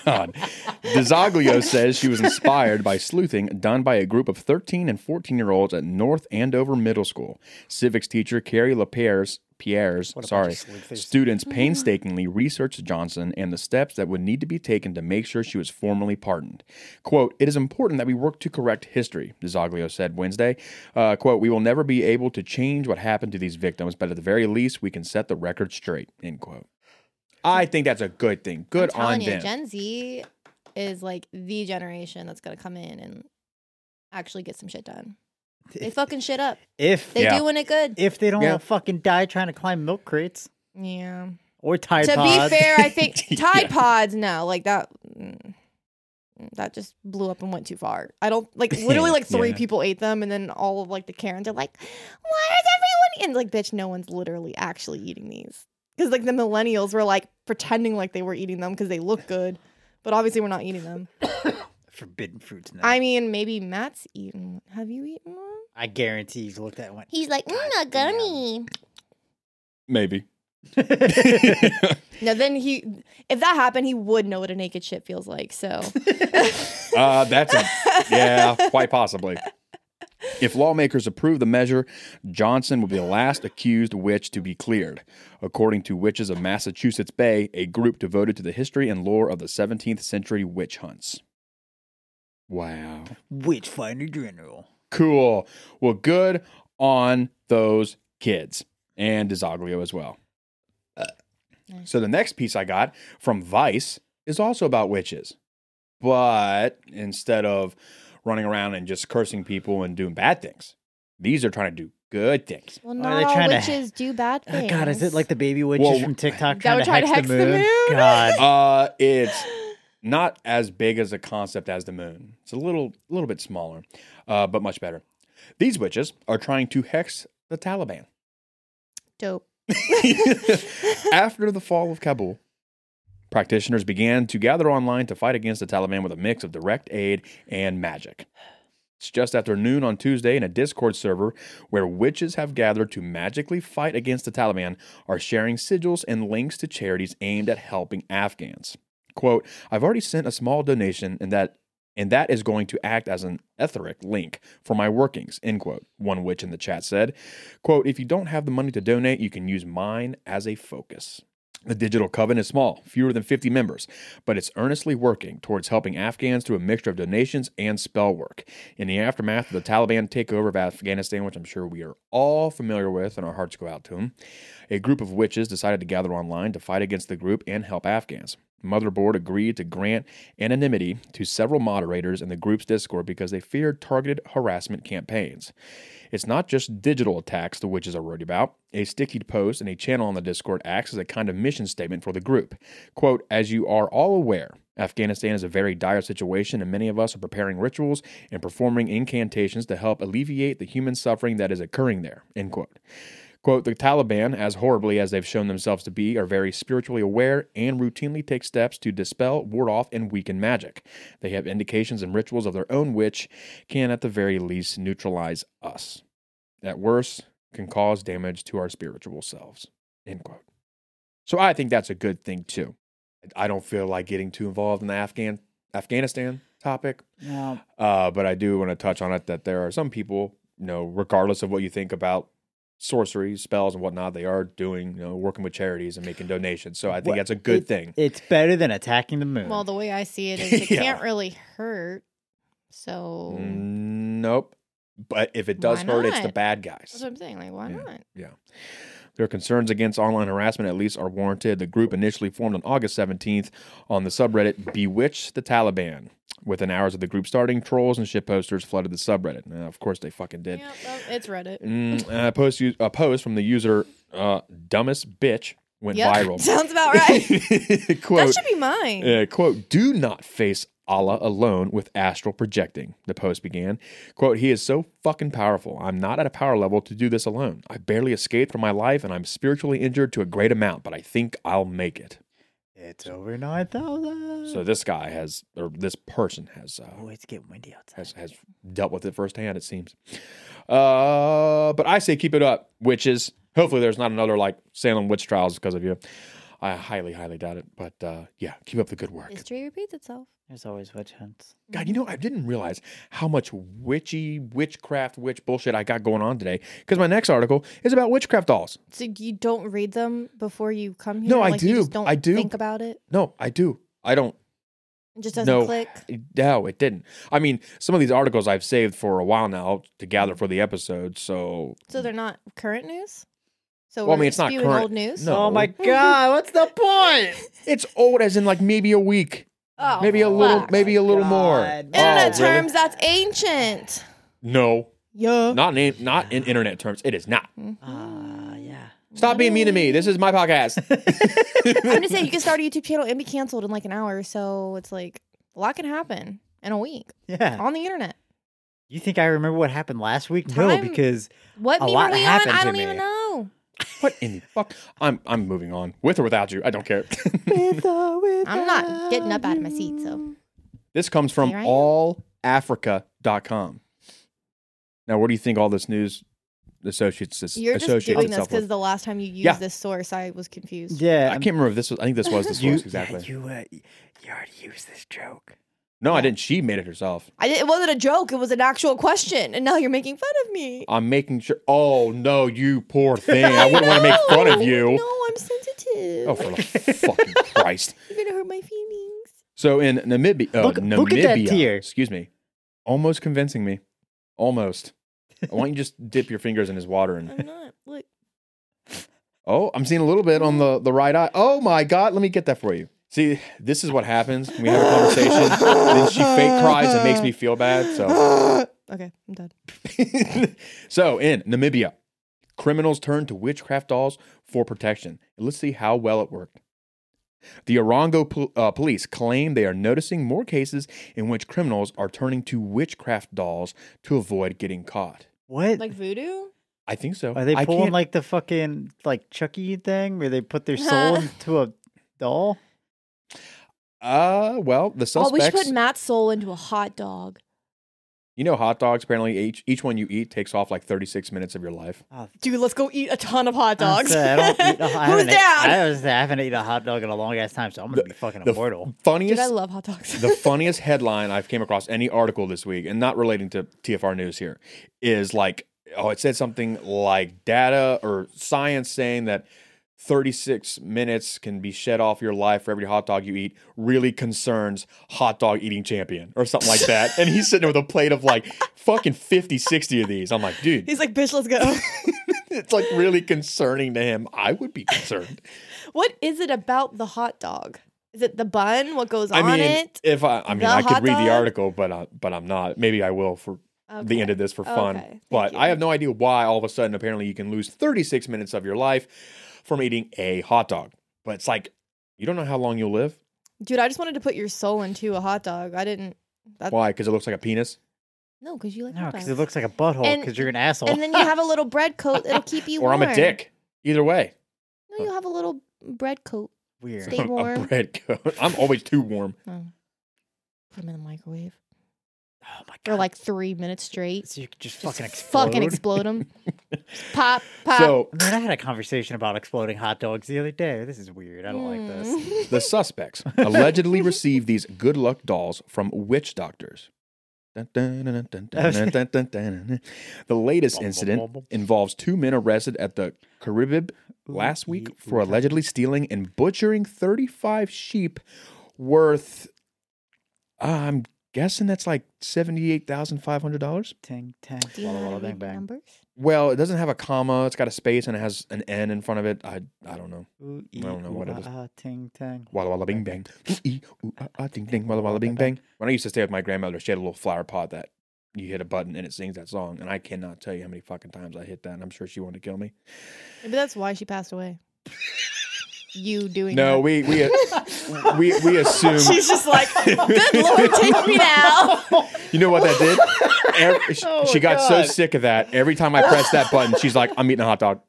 Speaker 3: God. DeZoglio says she was inspired by sleuthing done by a group of 13 and 14 year olds at North Andover Middle School. Civics teacher Carrie LaPierre's Pierre's,
Speaker 2: What a bunch
Speaker 3: sorry,
Speaker 2: of sleuthers.
Speaker 3: students
Speaker 1: Mm-hmm.
Speaker 3: painstakingly researched Johnson and the steps that would need to be taken to make sure she was formally pardoned. Quote, It is important that we work to correct history, DeZoglio said Wednesday. Uh, quote, We will never be able to change what happened to these victims, but at the very least, we can set the record straight, end quote. I think that's a good thing. Good
Speaker 1: I'm telling
Speaker 3: on
Speaker 1: you,
Speaker 3: them.
Speaker 1: Gen Z is like the generation that's gonna come in and actually get some shit done. They fucking shit up.
Speaker 2: if
Speaker 1: They
Speaker 3: Yeah.
Speaker 1: doing it good.
Speaker 2: if they don't
Speaker 3: Yeah.
Speaker 2: all fucking die trying to climb milk crates
Speaker 1: yeah.
Speaker 2: or Tide
Speaker 1: to
Speaker 2: Pods.
Speaker 1: be fair, I think
Speaker 3: Yeah.
Speaker 1: Tide Pods now, like that, mm, that just blew up and went too far. I don't like literally like three
Speaker 3: Yeah.
Speaker 1: people ate them, and then all of like the Karens are like, "Why is everyone?" And like, bitch, no one's literally actually eating these because like the millennials were like pretending like they were eating them because they look good, but obviously we're not eating them.
Speaker 2: Forbidden fruits. Now.
Speaker 1: I mean, maybe Matt's eaten. one. Have you eaten one?
Speaker 2: I guarantee you've looked at one.
Speaker 1: He's like,
Speaker 2: God
Speaker 1: mm, a
Speaker 2: damn.
Speaker 1: gummy.
Speaker 3: Maybe.
Speaker 1: No, then he, if that happened, he would know what a naked shit feels like. So.
Speaker 3: Uh, that's a, yeah, quite possibly. If lawmakers approve the measure, Johnson will be the last accused witch to be cleared. According to Witches of Massachusetts Bay, a group devoted to the history and lore of the 17th century witch hunts. Wow.
Speaker 2: Witch finder general.
Speaker 3: Cool. Well, good on those kids and DeZoglio as well. So the next piece I got from Vice is also about witches, but instead of running around and just cursing people and doing bad things, these are trying to do good things.
Speaker 1: Well,
Speaker 2: Or are
Speaker 1: not
Speaker 2: they
Speaker 1: all
Speaker 2: trying to-
Speaker 1: witches do bad
Speaker 2: Oh,
Speaker 1: things.
Speaker 2: God, is it like the baby witches
Speaker 3: Well,
Speaker 2: from TikTok
Speaker 1: that
Speaker 2: trying
Speaker 1: would
Speaker 2: to
Speaker 1: try
Speaker 2: hex,
Speaker 1: to hex
Speaker 2: the,
Speaker 1: the
Speaker 2: moon?
Speaker 1: moon?
Speaker 2: God,
Speaker 3: Uh, it's not as big as a concept as the moon. It's a little, little bit smaller, uh, but much better. These witches are trying to hex the Taliban.
Speaker 1: dope?
Speaker 3: After the fall of Kabul, practitioners began to gather online to fight against the Taliban with a mix of direct aid and magic. It's just after noon on Tuesday in a Discord server where witches have gathered to magically fight against the Taliban are sharing sigils and links to charities aimed at helping Afghans. Quote, I've already sent a small donation and that and that is going to act as an etheric link for my workings, end quote. One witch in the chat said, quote, if you don't have the money to donate, you can use mine as a focus. The digital coven is small, fewer than 50 members, but it's earnestly working towards helping Afghans through a mixture of donations and spell work. In the aftermath of the Taliban takeover of Afghanistan, which I'm sure we are all familiar with and our hearts go out to them, a group of witches decided to gather online to fight against the group and help Afghans. Motherboard agreed to grant anonymity to several moderators in the group's Discord because they feared targeted harassment campaigns. It's not just digital attacks the witches are worried about. A sticky post and a channel on the Discord acts as a kind of mission statement for the group. Quote, as you are all aware, Afghanistan is a very dire situation, and many of us are preparing rituals and performing incantations to help alleviate the human suffering that is occurring there. End quote. Quote, the Taliban, as horribly as they've shown themselves to be, are very spiritually aware and routinely take steps to dispel, ward off, and weaken magic. They have indications and rituals of their own which can, at the very least, neutralize us. At worst, can cause damage to our spiritual selves. End quote. So I think that's a good thing too. I don't feel like getting too involved in the Afghan Afghanistan topic,
Speaker 2: No,
Speaker 3: uh, but I do want to touch on it that there are some people, you know, regardless of what you think about sorcery, spells, and whatnot, they are doing, you know, working with charities and making donations. So I think
Speaker 2: Well,
Speaker 3: that's a good
Speaker 2: it-
Speaker 3: thing.
Speaker 2: it's better than attacking the moon.
Speaker 4: Well, the way I see it is it
Speaker 3: Yeah.
Speaker 4: can't really hurt. So
Speaker 3: Mm, Nope. But if it does
Speaker 4: Why
Speaker 3: hurt, it's the
Speaker 4: not?
Speaker 3: bad
Speaker 4: that's
Speaker 3: guys.
Speaker 4: what I'm saying. Like, why
Speaker 3: Yeah.
Speaker 4: not?
Speaker 3: Their concerns against online harassment at least are warranted. The group initially formed on August 17th on the subreddit Bewitch the Taliban. Within hours of the group starting, trolls and shitposters flooded the subreddit. Now, of course, they fucking did.
Speaker 4: Yep, well, it's Reddit.
Speaker 3: Mm, and a post a post from the user uh, dumbest bitch went
Speaker 4: Yep.
Speaker 3: viral.
Speaker 1: Sounds about right.
Speaker 3: quote,
Speaker 1: that should be mine.
Speaker 3: uh, quote, do not face Allah alone with astral projecting, the post began. Quote, he is so fucking powerful. I'm not at a power level to do this alone. I barely escaped from my life and I'm spiritually injured to a great amount, but I think I'll make it.
Speaker 2: it's over nine thousand.
Speaker 1: Mm.
Speaker 3: So this guy has, or this person has, uh,
Speaker 2: oh, it's getting windy outside.
Speaker 3: has, has dealt with it firsthand, it seems. Uh, but I say keep it up, witches. Hopefully, there's not another like Salem witch trials because of you. I highly, highly doubt it. But uh, yeah, keep up the good work.
Speaker 4: History repeats itself.
Speaker 2: There's always witch hunts.
Speaker 3: God, you know, I didn't realize how much witchy, witchcraft, witch bullshit I got going on today because my next article is about witchcraft dolls.
Speaker 4: So you don't read them before you come here.
Speaker 3: No, I
Speaker 4: Like, you
Speaker 3: do.
Speaker 4: just don't
Speaker 3: I do.
Speaker 4: think about it.
Speaker 3: No, I do. I don't
Speaker 4: It just doesn't
Speaker 3: No.
Speaker 4: click.
Speaker 3: No, it didn't. I mean, some of these articles I've saved for a while now to gather for the episode. So,
Speaker 4: So they're not current news. So
Speaker 3: Well, I
Speaker 4: we're
Speaker 3: mean, it's not
Speaker 4: spewing
Speaker 3: current-
Speaker 4: old news.
Speaker 3: No.
Speaker 2: Oh my god, what's the point?
Speaker 3: it's old as in like maybe a week,
Speaker 4: Oh,
Speaker 3: maybe a little,
Speaker 4: fuck.
Speaker 3: maybe a little more.
Speaker 2: God.
Speaker 4: Internet
Speaker 3: Oh, really?
Speaker 4: terms. That's ancient.
Speaker 3: No,
Speaker 4: Yeah.
Speaker 3: not in not in internet terms. It is not.
Speaker 4: Mm-hmm.
Speaker 2: Ah, yeah.
Speaker 3: Stop being mean to me. This is my podcast.
Speaker 4: I'm just saying you can start a YouTube channel and be canceled in like an hour. So it's like a lot can happen in a week
Speaker 2: Yeah.
Speaker 4: on the internet.
Speaker 2: You think I remember what happened last week? No,
Speaker 4: Time-
Speaker 2: because
Speaker 4: What
Speaker 2: A
Speaker 4: meme
Speaker 2: lot
Speaker 4: are we on?
Speaker 2: happened
Speaker 4: I
Speaker 2: to
Speaker 4: don't
Speaker 2: me.
Speaker 4: even know.
Speaker 3: what in the fuck? I'm I'm moving on with or without you. I don't care.
Speaker 4: I'm not getting up out of my seat. So
Speaker 3: this comes from
Speaker 4: Here I am.
Speaker 3: allafrica.com. Now, where do you think all this news associates this
Speaker 4: you're just
Speaker 3: associates
Speaker 4: doing this
Speaker 3: itself
Speaker 4: because
Speaker 3: with?
Speaker 4: the last time you used
Speaker 3: Yeah.
Speaker 4: this source, I was confused.
Speaker 2: yeah,
Speaker 3: I
Speaker 2: I'm-
Speaker 3: can't remember if this was. I think this was the
Speaker 2: You,
Speaker 3: source exactly.
Speaker 2: Yeah, you, uh, you already used this joke.
Speaker 3: No, I didn't. She made it herself.
Speaker 1: I did, it wasn't a joke. It was an actual question, and now you're making fun of me.
Speaker 3: I'm making sure. Oh no, you poor thing! I wouldn't want to make fun of you.
Speaker 1: No, I'm sensitive.
Speaker 3: Oh, for the fucking Christ!
Speaker 1: You're gonna hurt my feelings.
Speaker 3: So in Namibia, uh,
Speaker 2: Look-
Speaker 3: Namibia,
Speaker 2: look at that tear.
Speaker 3: excuse me, almost convincing me, almost. Why don't you just dip your fingers in his water and?
Speaker 1: I'm not. Look,
Speaker 3: Oh, I'm seeing a little bit on the the right eye. Oh my God, let me get that for you. See, this is what happens. when We have a conversation, then she fake cries and makes me feel bad. So.
Speaker 1: okay, I'm done.
Speaker 3: so in Namibia, criminals turned to witchcraft dolls for protection. Let's see how well it worked. The Orongo pol- uh, police claim they are noticing more cases in which criminals are turning to witchcraft dolls to avoid getting caught.
Speaker 2: What?
Speaker 4: Like voodoo?
Speaker 3: I think so.
Speaker 2: Are they
Speaker 3: I
Speaker 2: pulling
Speaker 3: can't-
Speaker 2: like the fucking like Chucky thing where they put their soul into a doll?
Speaker 3: Uh, well, the
Speaker 1: Oh, we should
Speaker 3: suspects.
Speaker 1: put Matt's soul into a hot dog.
Speaker 3: you know, hot dogs. Apparently, each each one you eat takes off like 36 minutes of your life.
Speaker 2: Oh,
Speaker 1: Dude, let's go eat a ton of hot dogs.
Speaker 2: honestly, I don't eat a, I
Speaker 1: Who's
Speaker 2: haven't ate-
Speaker 1: down?
Speaker 2: I, was, I haven't eaten a hot dog in a long ass time, so I'm gonna
Speaker 3: The-
Speaker 2: be fucking
Speaker 3: the f-
Speaker 2: immortal.
Speaker 3: Funniest.
Speaker 1: Dude, I love hot dogs.
Speaker 3: the funniest headline I've came across any article this week, and not relating to TFR news here, is like, oh, it said something like data or science saying that 36 minutes can be shed off your life for every hot dog you eat. Really concerns hot dog eating champion or something like that. and he's sitting there with a plate of like fucking 50, 60 of these. I'm like, dude,
Speaker 1: He's like, bitch, let's go.
Speaker 3: it's like really concerning to him. I would be concerned.
Speaker 1: what is it about the hot dog?
Speaker 4: Is it the bun? What goes
Speaker 3: I
Speaker 4: on
Speaker 3: mean,
Speaker 4: it?
Speaker 3: if I, I mean,
Speaker 4: The
Speaker 3: I could
Speaker 4: hot
Speaker 3: read
Speaker 4: dog?
Speaker 3: the article, but I, but I'm not. Maybe I will for the end of this for fun.
Speaker 4: Okay, thank
Speaker 3: But
Speaker 4: you.
Speaker 3: I have no idea why all of a sudden apparently you can lose 36 minutes of your life from eating a hot dog. But it's like you don't know how long you'll live.
Speaker 4: Dude, I just wanted to put your soul into a hot dog. I didn't. That,
Speaker 3: Why? Because it looks like a penis.
Speaker 4: No, because you like
Speaker 2: No,
Speaker 4: hot
Speaker 2: because
Speaker 4: dogs.
Speaker 2: it looks like a butthole.
Speaker 4: And-
Speaker 2: Because you're an asshole.
Speaker 4: and then you have a little bread coat that'll keep you
Speaker 3: or
Speaker 4: warm.
Speaker 3: I'm a dick. Either way,
Speaker 4: No, you have a little bread coat.
Speaker 2: Weird.
Speaker 4: Stay warm.
Speaker 3: a bread coat. I'm always too warm.
Speaker 4: Oh. Put them in the microwave
Speaker 2: oh my
Speaker 4: for
Speaker 2: god!
Speaker 4: like three minutes straight.
Speaker 2: so you could just,
Speaker 4: Just
Speaker 2: fucking explode.
Speaker 4: Fucking explode them. pop, pop.
Speaker 3: So
Speaker 2: Man, I had a conversation about exploding hot dogs the other day. This is weird. I don't like this.
Speaker 4: Mm.
Speaker 3: the suspects allegedly received these good luck dolls from witch doctors. Dun, dun, dun, dun, dun, dun, dun, dun, dun, dun. The latest
Speaker 2: Bum, bum, bum,
Speaker 3: incident
Speaker 2: bum.
Speaker 3: involves two men arrested at the Caribib last week
Speaker 2: Ooh,
Speaker 3: for
Speaker 2: ooh.
Speaker 3: allegedly stealing and butchering 35 sheep worth, uh, I'm guessing that's like $78,500.
Speaker 2: Ting tang.
Speaker 4: Do you
Speaker 2: walla,
Speaker 4: know how
Speaker 2: walla,
Speaker 4: to
Speaker 2: bang
Speaker 4: read
Speaker 2: bang.
Speaker 4: numbers?
Speaker 3: Well, it doesn't have a comma, it's got a space and it has an N in front of it. I, I don't know.
Speaker 2: Ooh,
Speaker 3: I don't
Speaker 2: ee,
Speaker 3: know
Speaker 2: ooh,
Speaker 3: what it
Speaker 2: ah,
Speaker 3: is.
Speaker 2: ah, Ting tang.
Speaker 3: Walla walla bing bang. Ooh, ee, ooh, ah, ah, ding ding. Walla walla bing bang. When I used to stay with my grandmother, she had a little flower pot that you hit a button and it sings that song. And I cannot tell you how many fucking times I hit that. And I'm sure she wanted to kill me.
Speaker 4: Maybe that's why she passed away. you doing
Speaker 3: No,
Speaker 4: that.
Speaker 3: we we we we assume.
Speaker 1: She's just like, good lord, take me now.
Speaker 3: You know what that did? Every, she,
Speaker 2: Oh,
Speaker 3: she got so
Speaker 2: God.
Speaker 3: sick of that. Every time I pressed that button, she's like, "I'm eating a hot dog."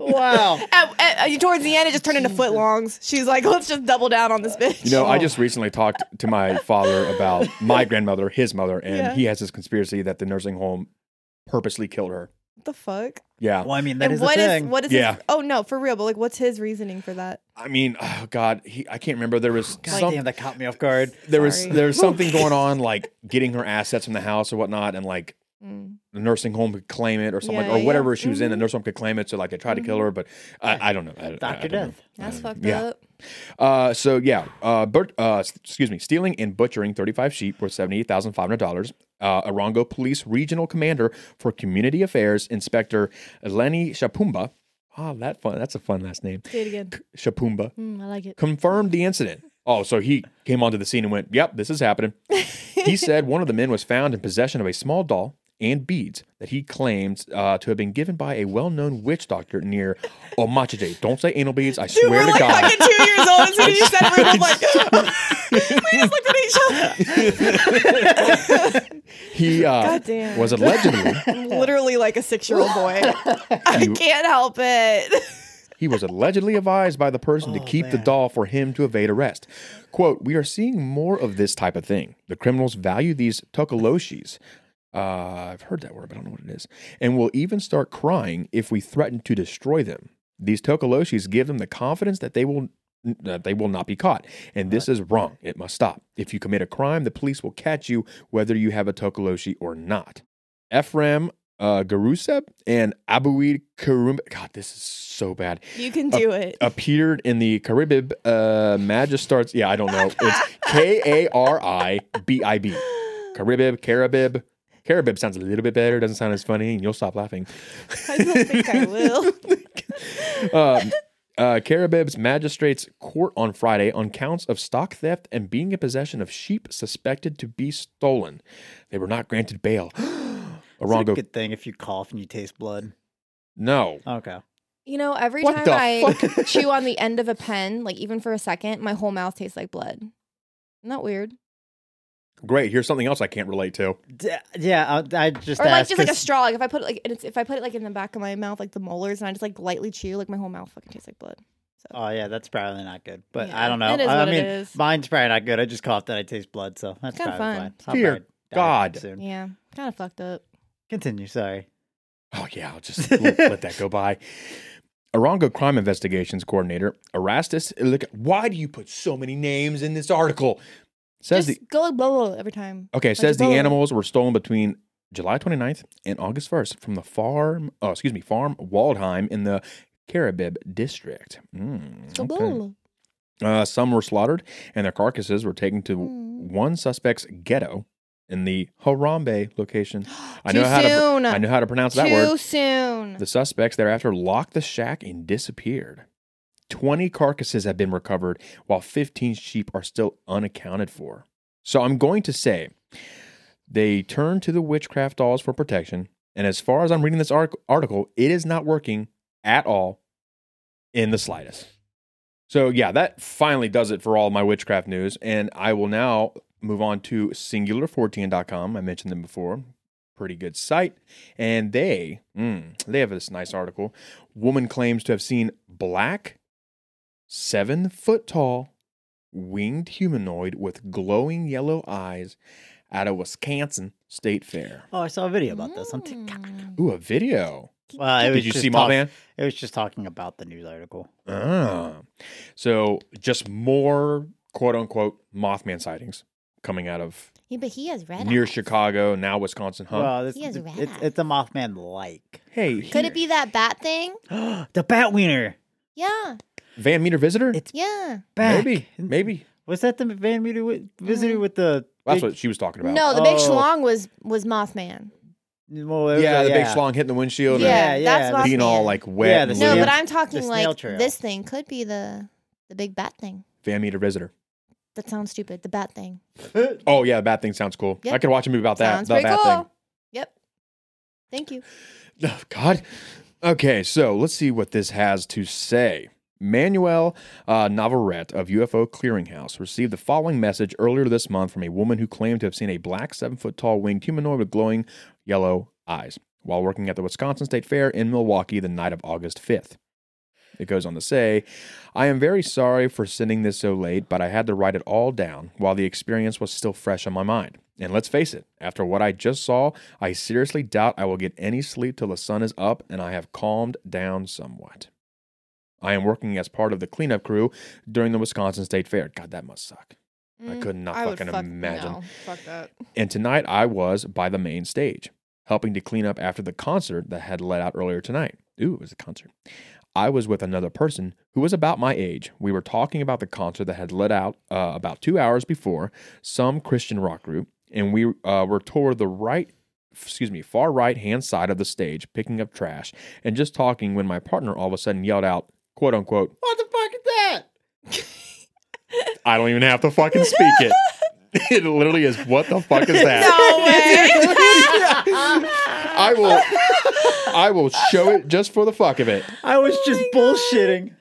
Speaker 2: Wow.
Speaker 1: At- at- uh, towards the end, it just turned into footlongs. She's like, let's just double down on this bitch.
Speaker 3: You know,
Speaker 2: Oh.
Speaker 3: I just recently talked to my father about my grandmother, his mother, and
Speaker 1: Yeah.
Speaker 3: he has this conspiracy that the nursing home purposely killed her.
Speaker 4: What the fuck?
Speaker 3: Yeah.
Speaker 2: Well, I mean, that
Speaker 4: and
Speaker 2: is
Speaker 4: what
Speaker 2: a
Speaker 4: is
Speaker 2: thing.
Speaker 4: what is
Speaker 3: Yeah.
Speaker 4: his, oh no, for real, but like what's his reasoning for that?
Speaker 3: I mean, oh God, he, I can't remember. There was
Speaker 2: God
Speaker 3: some,
Speaker 2: damn, that caught me off guard.
Speaker 3: there was
Speaker 4: Sorry.
Speaker 3: there was something going on, like getting her assets from the house or whatnot, and like
Speaker 4: Mm.
Speaker 3: the nursing home could claim it or something,
Speaker 4: Yeah,
Speaker 3: like, or
Speaker 4: yeah,
Speaker 3: whatever she was in, the
Speaker 4: mhm.
Speaker 3: nursing home could claim it. So like they tried to kill her, but I, I don't know. I- I- I
Speaker 2: Mm-hmm. Doctor
Speaker 3: don't know.
Speaker 2: Death.
Speaker 4: That's
Speaker 3: Uh,
Speaker 4: fucked
Speaker 3: yeah.
Speaker 4: up.
Speaker 3: Uh, so yeah, uh, but, uh, s- excuse me, stealing and butchering 35 sheep worth $78,500. Uh, Arango Police Regional Commander for Community Affairs Inspector Lenny Shapumba. Oh, that fun. That's a fun last name.
Speaker 4: Say it again.
Speaker 3: Shapumba
Speaker 1: Hmm.
Speaker 4: Mm, I like it.
Speaker 3: confirmed the incident. Oh, so he came onto the scene and went, Yep, this is happening. he said one of the men was found in possession of a small doll and beads that he claims uh, to have been given by a well known witch doctor near Omachide. Don't say anal beads, I
Speaker 1: Dude,
Speaker 3: swear
Speaker 1: we're
Speaker 3: to
Speaker 1: like
Speaker 3: God.
Speaker 1: fucking two years old. As soon as you said it, we were both like, we just looked at each other.
Speaker 3: He uh,
Speaker 4: damn.
Speaker 3: was allegedly
Speaker 1: I'm literally like a six year old boy. I can't help it.
Speaker 3: he was allegedly advised by the person to
Speaker 2: Oh,
Speaker 3: keep the
Speaker 2: man.
Speaker 3: doll for him to evade arrest. Quote, we are seeing more of this type of thing. The criminals value these tokoloshis. Uh, I've heard that word, but I don't know what it is. And will even start crying if we threaten to destroy them. These tokoloshis give them the confidence that they will that they will not be caught. And this is wrong. It must stop. If you commit a crime, the police will catch you whether you have a tokoloshi or not. Ephraim uh, Garuseb and Abuid Karum. God, this is so bad
Speaker 4: You can do it.
Speaker 3: appeared in the Caribib uh, Magistarts. Yeah, I don't know. It's K A R I B I B. Caribib, Caribib. Caribib sounds a little bit better. Doesn't sound as funny, and you'll stop laughing.
Speaker 4: I don't think I will.
Speaker 3: Um, uh, Caribib's magistrates court on Friday on counts of stock theft and being in possession of sheep suspected to be stolen. They were not granted bail.
Speaker 2: It's a
Speaker 3: Arango,
Speaker 2: good thing if you cough and you taste blood.
Speaker 3: no.
Speaker 2: Okay.
Speaker 4: You know, every
Speaker 3: What
Speaker 4: time
Speaker 3: the
Speaker 4: I chew on the end of a pen, like even for a second, my whole mouth tastes like blood. Isn't that weird?
Speaker 3: Great. Here's something else I can't relate to.
Speaker 2: D- yeah, I, I just
Speaker 4: or like
Speaker 2: asked
Speaker 4: just like a
Speaker 2: 'cause-
Speaker 4: straw. Like if I put it like and it's, if I put it like in the back of my mouth, like the molars, and I just like lightly chew, like my whole mouth fucking tastes like blood.
Speaker 2: Oh yeah, that's probably not good. But
Speaker 4: Yeah,
Speaker 2: I don't know.
Speaker 4: it is
Speaker 2: I,
Speaker 4: what
Speaker 2: I
Speaker 4: it
Speaker 2: mean,
Speaker 4: is.
Speaker 2: mine's probably not good. I just coughed and I taste blood, so that's
Speaker 4: Kinda
Speaker 2: probably
Speaker 4: fun.
Speaker 2: fine. I'll
Speaker 3: Dear
Speaker 2: probably die
Speaker 3: God.
Speaker 2: soon.
Speaker 4: Yeah, kind of fucked up.
Speaker 2: Continue. Sorry.
Speaker 3: Oh yeah, I'll just let, let that go by. Arango Crime Investigations Coordinator Erastus. Look, why do you put so many names in this article? Says
Speaker 4: Just go like blah, blah blah every time.
Speaker 3: the okay. Says the
Speaker 4: blah.
Speaker 3: animals were stolen between July 29th and August 1st from the farm. Oh, excuse me, farm Waldheim in the Caribib district. Mm,
Speaker 4: Go blah,
Speaker 3: okay.
Speaker 4: blah,
Speaker 3: Uh, some were slaughtered, and their carcasses were taken to
Speaker 1: Hmm.
Speaker 4: Mm.
Speaker 3: one suspect's ghetto in the Harambe location. I
Speaker 4: Too
Speaker 3: know how
Speaker 4: soon.
Speaker 3: to. I know how to pronounce
Speaker 4: blah.
Speaker 3: that
Speaker 4: Too
Speaker 3: word.
Speaker 4: soon.
Speaker 3: The suspects thereafter locked the shack and disappeared. 20 carcasses have been recovered, while 15 sheep are still unaccounted for. So I'm going to say they turn to the witchcraft dolls for protection. And as far as I'm reading this artic- article, it is not working at all in the slightest. So, yeah, that finally does it for all my witchcraft news. And I will now move on to singular14.com. I mentioned them before. Pretty good site. And they, mm, they have this nice article. Woman claims to have seen black, seven foot tall, winged humanoid with glowing yellow eyes at a Wisconsin state fair.
Speaker 2: Oh, I saw a video about this on TikTok.
Speaker 4: Mm.
Speaker 3: Ooh, a video.
Speaker 2: Well, it was
Speaker 3: Did you
Speaker 2: just
Speaker 3: see my
Speaker 2: talk-
Speaker 3: man?
Speaker 2: It was just talking about the news article.
Speaker 3: Ah. So just more quote unquote Mothman sightings coming out of
Speaker 4: Yeah, but he has red.
Speaker 3: near
Speaker 4: eyes.
Speaker 3: Chicago, now Wisconsin, huh?
Speaker 2: Well, this,
Speaker 4: He has
Speaker 2: it's,
Speaker 4: red
Speaker 2: it's, it's a Mothman like.
Speaker 3: hey,
Speaker 4: Could it be that bat thing?
Speaker 2: the Bat Wiener.
Speaker 4: Yeah,
Speaker 3: Van Meter visitor?
Speaker 2: It's
Speaker 4: yeah.
Speaker 2: back.
Speaker 3: Maybe, maybe.
Speaker 2: Was that the Van Meter wi-
Speaker 1: Mm-hmm.
Speaker 2: visitor with the?
Speaker 3: That's
Speaker 2: big-
Speaker 3: what she was talking about.
Speaker 4: No, the big
Speaker 2: Oh.
Speaker 4: schlong was was Mothman.
Speaker 2: well, it was
Speaker 3: yeah,
Speaker 2: a-
Speaker 3: the big schlong hitting the windshield
Speaker 2: Yeah,
Speaker 3: and
Speaker 4: that's
Speaker 2: yeah,
Speaker 4: Mothman.
Speaker 3: being all like wet.
Speaker 2: Yeah,
Speaker 3: and
Speaker 2: the
Speaker 4: no,
Speaker 3: lube.
Speaker 2: snail-
Speaker 4: but I'm talking
Speaker 2: the snail
Speaker 4: like
Speaker 2: trail.
Speaker 4: this thing could be the the big bat thing.
Speaker 3: Van Meter visitor.
Speaker 4: That sounds stupid. The bat thing.
Speaker 3: Oh yeah, bad thing sounds cool.
Speaker 4: Yep.
Speaker 3: I could watch a movie about that.
Speaker 4: sounds
Speaker 3: that
Speaker 4: pretty
Speaker 3: bad
Speaker 4: cool.
Speaker 3: thing.
Speaker 4: Yep. Thank you.
Speaker 3: Oh, God. Okay, so let's see what this has to say. Manuel uh, Navarrete of UFO Clearinghouse received the following message earlier this month from a woman who claimed to have seen a black, seven foot tall winged humanoid with glowing yellow eyes while working at the Wisconsin State Fair in Milwaukee the night of August 5th. It goes on to say, I am very sorry for sending this so late, but I had to write it all down while the experience was still fresh on my mind. And let's face it, after what I just saw, I seriously doubt I will get any sleep till the sun is up and I have calmed down somewhat. I am working as part of the cleanup crew during the Wisconsin State Fair. God, that must suck. I
Speaker 4: Mm.
Speaker 1: Mm,
Speaker 3: could not fucking imagine.
Speaker 4: Fuck that.
Speaker 3: And tonight I was by the main stage, helping to clean up after the concert that had let out earlier tonight. Ooh, it was a concert. I was with another person who was about my age. We were talking about the concert that had let out uh, about two hours before, some Christian rock group, and we uh, were toward the right, excuse me, far right hand side of the stage, picking up trash and just talking when my partner all of a sudden yelled out, quote unquote,
Speaker 2: What the fuck is that?
Speaker 3: I don't even have to fucking speak it. it literally is, what the fuck is that?
Speaker 1: No way.
Speaker 3: I will I will show it just for the fuck of it.
Speaker 2: I was
Speaker 1: Oh
Speaker 2: just bullshitting.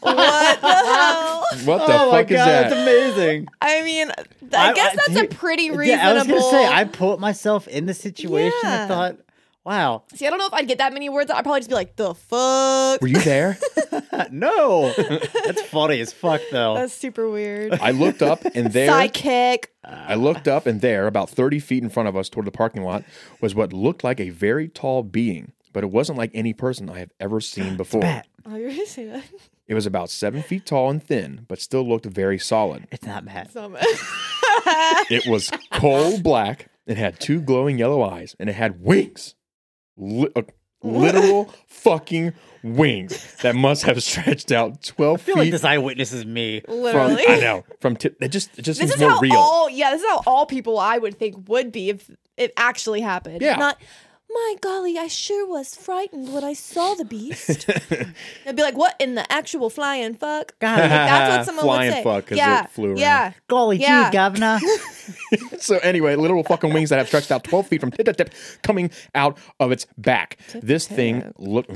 Speaker 1: what the hell?
Speaker 3: What the
Speaker 2: oh my
Speaker 3: fuck is
Speaker 2: god,
Speaker 3: that?
Speaker 2: that's amazing.
Speaker 1: I mean, th- I,
Speaker 2: I-
Speaker 1: guess
Speaker 2: I-
Speaker 1: that's a pretty reasonable.
Speaker 2: Yeah, I was gonna say I put myself in the situation
Speaker 1: Yeah.
Speaker 2: and thought, wow,
Speaker 1: See, I don't know if I'd get that many words. out. I'd probably just be like, the fuck?
Speaker 3: Were you there?
Speaker 2: no, that's funny as fuck though.
Speaker 1: That's super weird.
Speaker 3: I looked up and there
Speaker 1: Sidekick.
Speaker 3: I looked up and there, about 30 feet in front of us toward the parking lot, was what looked like a very tall being, but it wasn't like any person I have ever seen before.
Speaker 2: Bat.
Speaker 1: Oh, you're gonna say that.
Speaker 3: It was about seven feet tall and thin, but still looked very solid.
Speaker 2: It's not Matt.
Speaker 1: So much.
Speaker 3: It was coal black. It had two glowing yellow eyes, and it had wings. Li- uh, literal fucking wings that must have stretched out 12
Speaker 2: I feel
Speaker 3: feet.
Speaker 2: like this eyewitness is me.
Speaker 3: from,
Speaker 1: Literally.
Speaker 3: I know from tip. It just it just
Speaker 1: This
Speaker 3: seems
Speaker 1: is
Speaker 3: more
Speaker 1: how
Speaker 3: real.
Speaker 1: all yeah, this is how all people I would think would be if it actually happened.
Speaker 3: Yeah.
Speaker 1: Not my golly, I sure was frightened when I saw the beast. I'd be like, what in the actual flying fuck?
Speaker 2: God,
Speaker 1: That's what someone
Speaker 3: Flying
Speaker 1: would say.
Speaker 3: fuck 'cause
Speaker 1: yeah,
Speaker 3: it flew around.
Speaker 1: Yeah.
Speaker 2: golly
Speaker 1: Yeah.
Speaker 2: gee, governor. Oh
Speaker 3: so anyway, literal fucking wings that have stretched out twelve feet from tip to tip, coming out of its back. This thing looked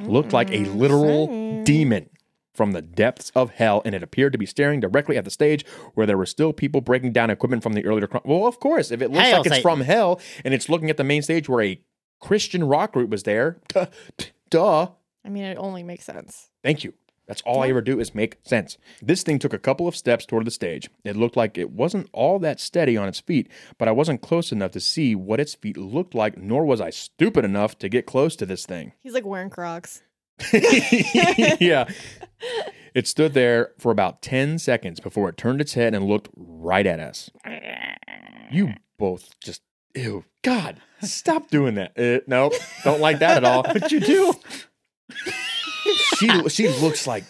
Speaker 3: looked like
Speaker 1: Mm,
Speaker 3: a literal demon from the depths of hell, and it appeared to be staring directly at the stage where there were still people breaking down equipment from the earlier. Cr- well, of course, if it looks
Speaker 2: Hail
Speaker 3: like it's
Speaker 2: Satan.
Speaker 3: from hell and it's looking at the main stage where a Christian rock group was there, duh, duh.
Speaker 4: I mean, it only makes sense.
Speaker 3: Thank you. That's all I ever do is make sense. This thing took a couple of steps toward the stage. It looked like it wasn't all that steady on its feet, but I wasn't close enough to see what its feet looked like, nor was I stupid enough to get close to this thing.
Speaker 4: He's like wearing Crocs.
Speaker 3: yeah. It stood there for about 10 seconds before it turned its head and looked right at us. You both just, ew, God, stop doing that. Uh, nope, don't like that at all. What'd you do? she, she looks like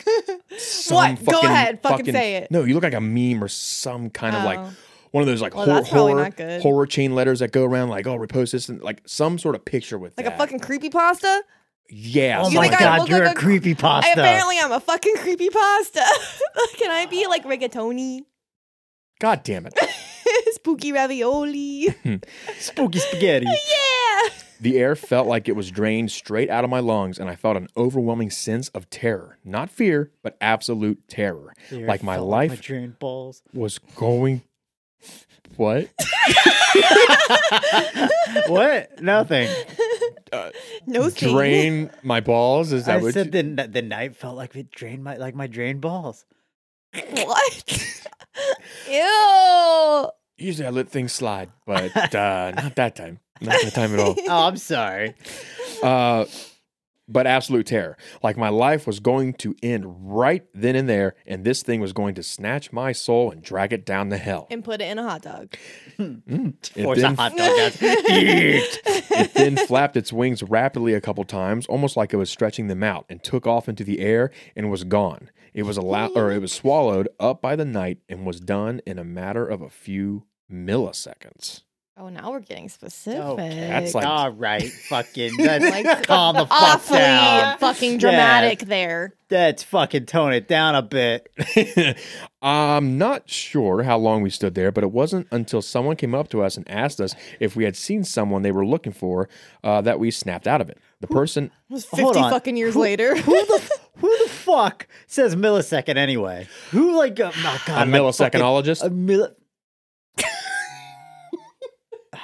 Speaker 3: some
Speaker 1: What?
Speaker 3: fucking.
Speaker 1: Go ahead, fucking say it.
Speaker 3: No, you look like a meme or some kind of like
Speaker 4: Oh.
Speaker 3: one of those like
Speaker 4: Well,
Speaker 3: hor-
Speaker 4: that's probably
Speaker 3: horror,
Speaker 4: not good.
Speaker 3: horror chain letters that go around like, oh, repost this and like some sort of picture with
Speaker 1: Like
Speaker 3: that.
Speaker 1: a fucking creepy pasta?
Speaker 3: Yeah.
Speaker 2: Oh
Speaker 1: You
Speaker 2: my
Speaker 1: think I
Speaker 2: god,
Speaker 1: look
Speaker 2: you're
Speaker 1: like
Speaker 2: a
Speaker 1: a-
Speaker 2: creepy
Speaker 1: I,
Speaker 2: pasta.
Speaker 1: apparently, I'm a fucking creepy pasta. Can I be like rigatoni,
Speaker 3: God damn it.
Speaker 1: spooky ravioli?
Speaker 2: Spooky spaghetti.
Speaker 1: yeah.
Speaker 3: The air felt like it was drained straight out of my lungs, and I felt an overwhelming sense of terror. Not fear, but absolute terror. like my life
Speaker 2: my drained balls.
Speaker 3: was going. What?
Speaker 2: what? Nothing.
Speaker 1: No thing.
Speaker 3: Drain my balls? Is that
Speaker 2: I
Speaker 3: what
Speaker 2: said
Speaker 3: you-
Speaker 2: the, n- the night felt like it drained my like my drained balls.
Speaker 1: What? Ew.
Speaker 3: Usually I let things slide, but uh, not that time. Not that time at all.
Speaker 2: Oh, I'm sorry.
Speaker 3: Uh, but absolute terror. Like my life was going to end right then and there, and this thing was going to snatch my soul and drag it down to hell.
Speaker 1: And put it in a hot dog.
Speaker 3: It
Speaker 2: Force a
Speaker 3: then-
Speaker 2: hot dog out. Eat.
Speaker 3: It then flapped its wings rapidly a couple times, almost like it was stretching them out, and took off into the air and was gone. It was allowed, or it was swallowed up by the night and was done in a matter of a few milliseconds.
Speaker 4: Oh, now we're getting specific.
Speaker 2: Okay.
Speaker 3: That's like-
Speaker 2: All right, fucking. That's
Speaker 4: Like,
Speaker 2: calm the fuck
Speaker 4: awfully
Speaker 2: down.
Speaker 4: fucking dramatic there.
Speaker 2: That's fucking tone it down a bit.
Speaker 3: I'm not sure how long we stood there, but it wasn't until someone came up to us and asked us if we had seen someone they were looking for uh, that we snapped out of it. The person,
Speaker 1: It was 50
Speaker 2: Hold on.
Speaker 1: fucking years later.
Speaker 2: Who the who the fuck says millisecond anyway? Who like uh, oh
Speaker 3: a
Speaker 2: god, like fucking-
Speaker 3: milliseconologist,
Speaker 2: A milli-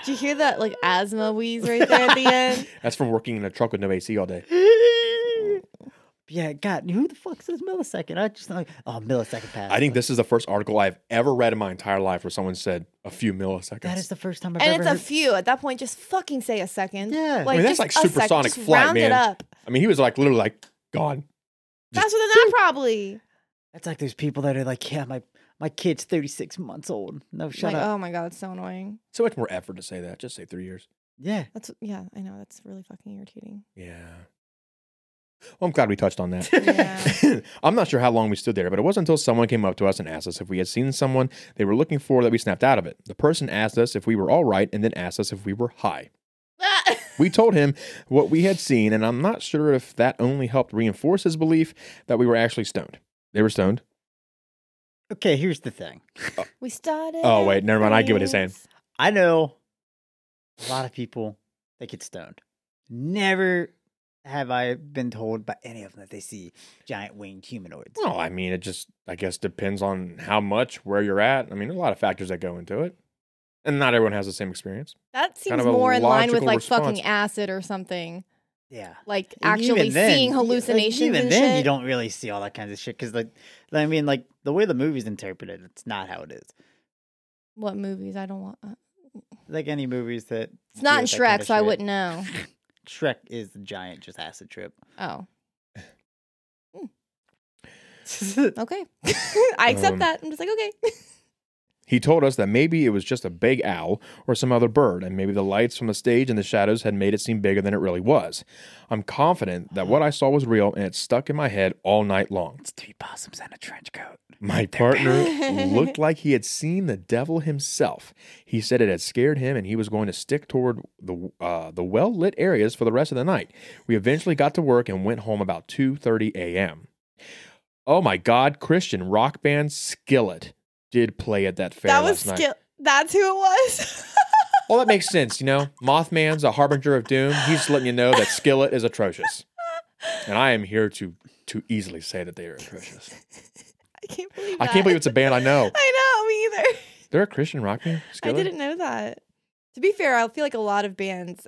Speaker 4: Did you hear that like asthma wheeze
Speaker 1: right there at the end.
Speaker 3: that's from working in a truck with no AC all day.
Speaker 2: yeah, God, who the fuck says millisecond? I just like oh millisecond pass.
Speaker 3: I think this is the first article I've ever read in my entire life where someone said a few milliseconds.
Speaker 2: that is the first time I've
Speaker 1: And
Speaker 2: ever
Speaker 1: it's a
Speaker 2: heard.
Speaker 1: few. At that point, just fucking say a second.
Speaker 2: Yeah. I
Speaker 1: Like,
Speaker 3: mean,
Speaker 1: just
Speaker 3: that's like
Speaker 1: a sec-
Speaker 3: supersonic
Speaker 1: just
Speaker 3: flight,
Speaker 1: round
Speaker 3: man.
Speaker 1: it up.
Speaker 3: I mean, he was like literally like gone.
Speaker 1: Faster than that, probably.
Speaker 2: That's like those people that are like, yeah, my my kid's thirty six months old. No, shut
Speaker 4: like,
Speaker 2: up.
Speaker 4: oh my god, it's so annoying.
Speaker 3: So much more effort to say that. Just say three years.
Speaker 2: Yeah,
Speaker 4: That's yeah, I know. That's really fucking irritating.
Speaker 3: Yeah. Well, I'm glad we touched on that.
Speaker 4: Yeah.
Speaker 3: I'm not sure how long we stood there, but it wasn't until someone came up to us and asked us if we had seen someone they were looking for that we snapped out of it. The person asked us if we were all right and then asked us if we were high. We told him what we had seen, and I'm not sure if that only helped reinforce his belief that we were actually stoned. They were stoned.
Speaker 2: Okay, here's the thing.
Speaker 4: we started.
Speaker 3: Oh, wait, never mind, I get what he's saying.
Speaker 4: this-
Speaker 2: I know a lot of people that get stoned. Never have I been told by any of them that they see giant winged humanoids.
Speaker 3: Well, I mean, it just, I guess, depends on how much, where you're at. I mean, a lot of factors that go into it. And not everyone has the same experience.
Speaker 4: That seems
Speaker 3: Kind of a
Speaker 4: more in line with
Speaker 3: logical
Speaker 4: like
Speaker 3: response.
Speaker 4: fucking acid or something.
Speaker 2: Yeah.
Speaker 4: Like
Speaker 2: And
Speaker 4: actually
Speaker 2: even then-
Speaker 4: seeing
Speaker 2: like,
Speaker 4: hallucinations.
Speaker 2: even
Speaker 4: and
Speaker 2: then,
Speaker 4: shit.
Speaker 2: you don't really see all that kinds of shit because, like, I mean, like the way the movie's interpreted, it's not how it is.
Speaker 4: What movies? I don't want. uh,
Speaker 2: Like any movies that
Speaker 4: It's not
Speaker 2: Yeah,
Speaker 4: in
Speaker 2: that
Speaker 4: Shrek,
Speaker 2: kind of
Speaker 4: so I
Speaker 2: shit.
Speaker 4: wouldn't know.
Speaker 2: Shrek is the giant just acid trip.
Speaker 4: Oh, okay.
Speaker 1: I accept
Speaker 3: Um,
Speaker 1: that. I'm just like, okay.
Speaker 3: He told us that maybe it was just a big owl or some other bird, and maybe the lights from the stage and the shadows had made it seem bigger than it really was. I'm confident that what I saw was real, and it stuck in my head all night long.
Speaker 2: it's three possums and a trench coat.
Speaker 3: My partner looked like he had seen the devil himself. He said it had scared him, and he was going to stick toward the uh, the well lit areas for the rest of the night. We eventually got to work and went home about two thirty a.m. Oh my God! Christian rock band Skillet did play at that fair.
Speaker 1: That was
Speaker 3: last night.
Speaker 1: skill. That's who it was.
Speaker 3: Well, that makes sense, you know. Mothman's a harbinger of doom. He's letting you know that Skillet is atrocious, and I am here to to easily say that they are atrocious.
Speaker 1: I can't believe
Speaker 3: I can't believe it's a band I know.
Speaker 1: I know, me either.
Speaker 3: They're a Christian rock band. Skillet?
Speaker 1: I didn't know that. To be fair, I feel like a lot of bands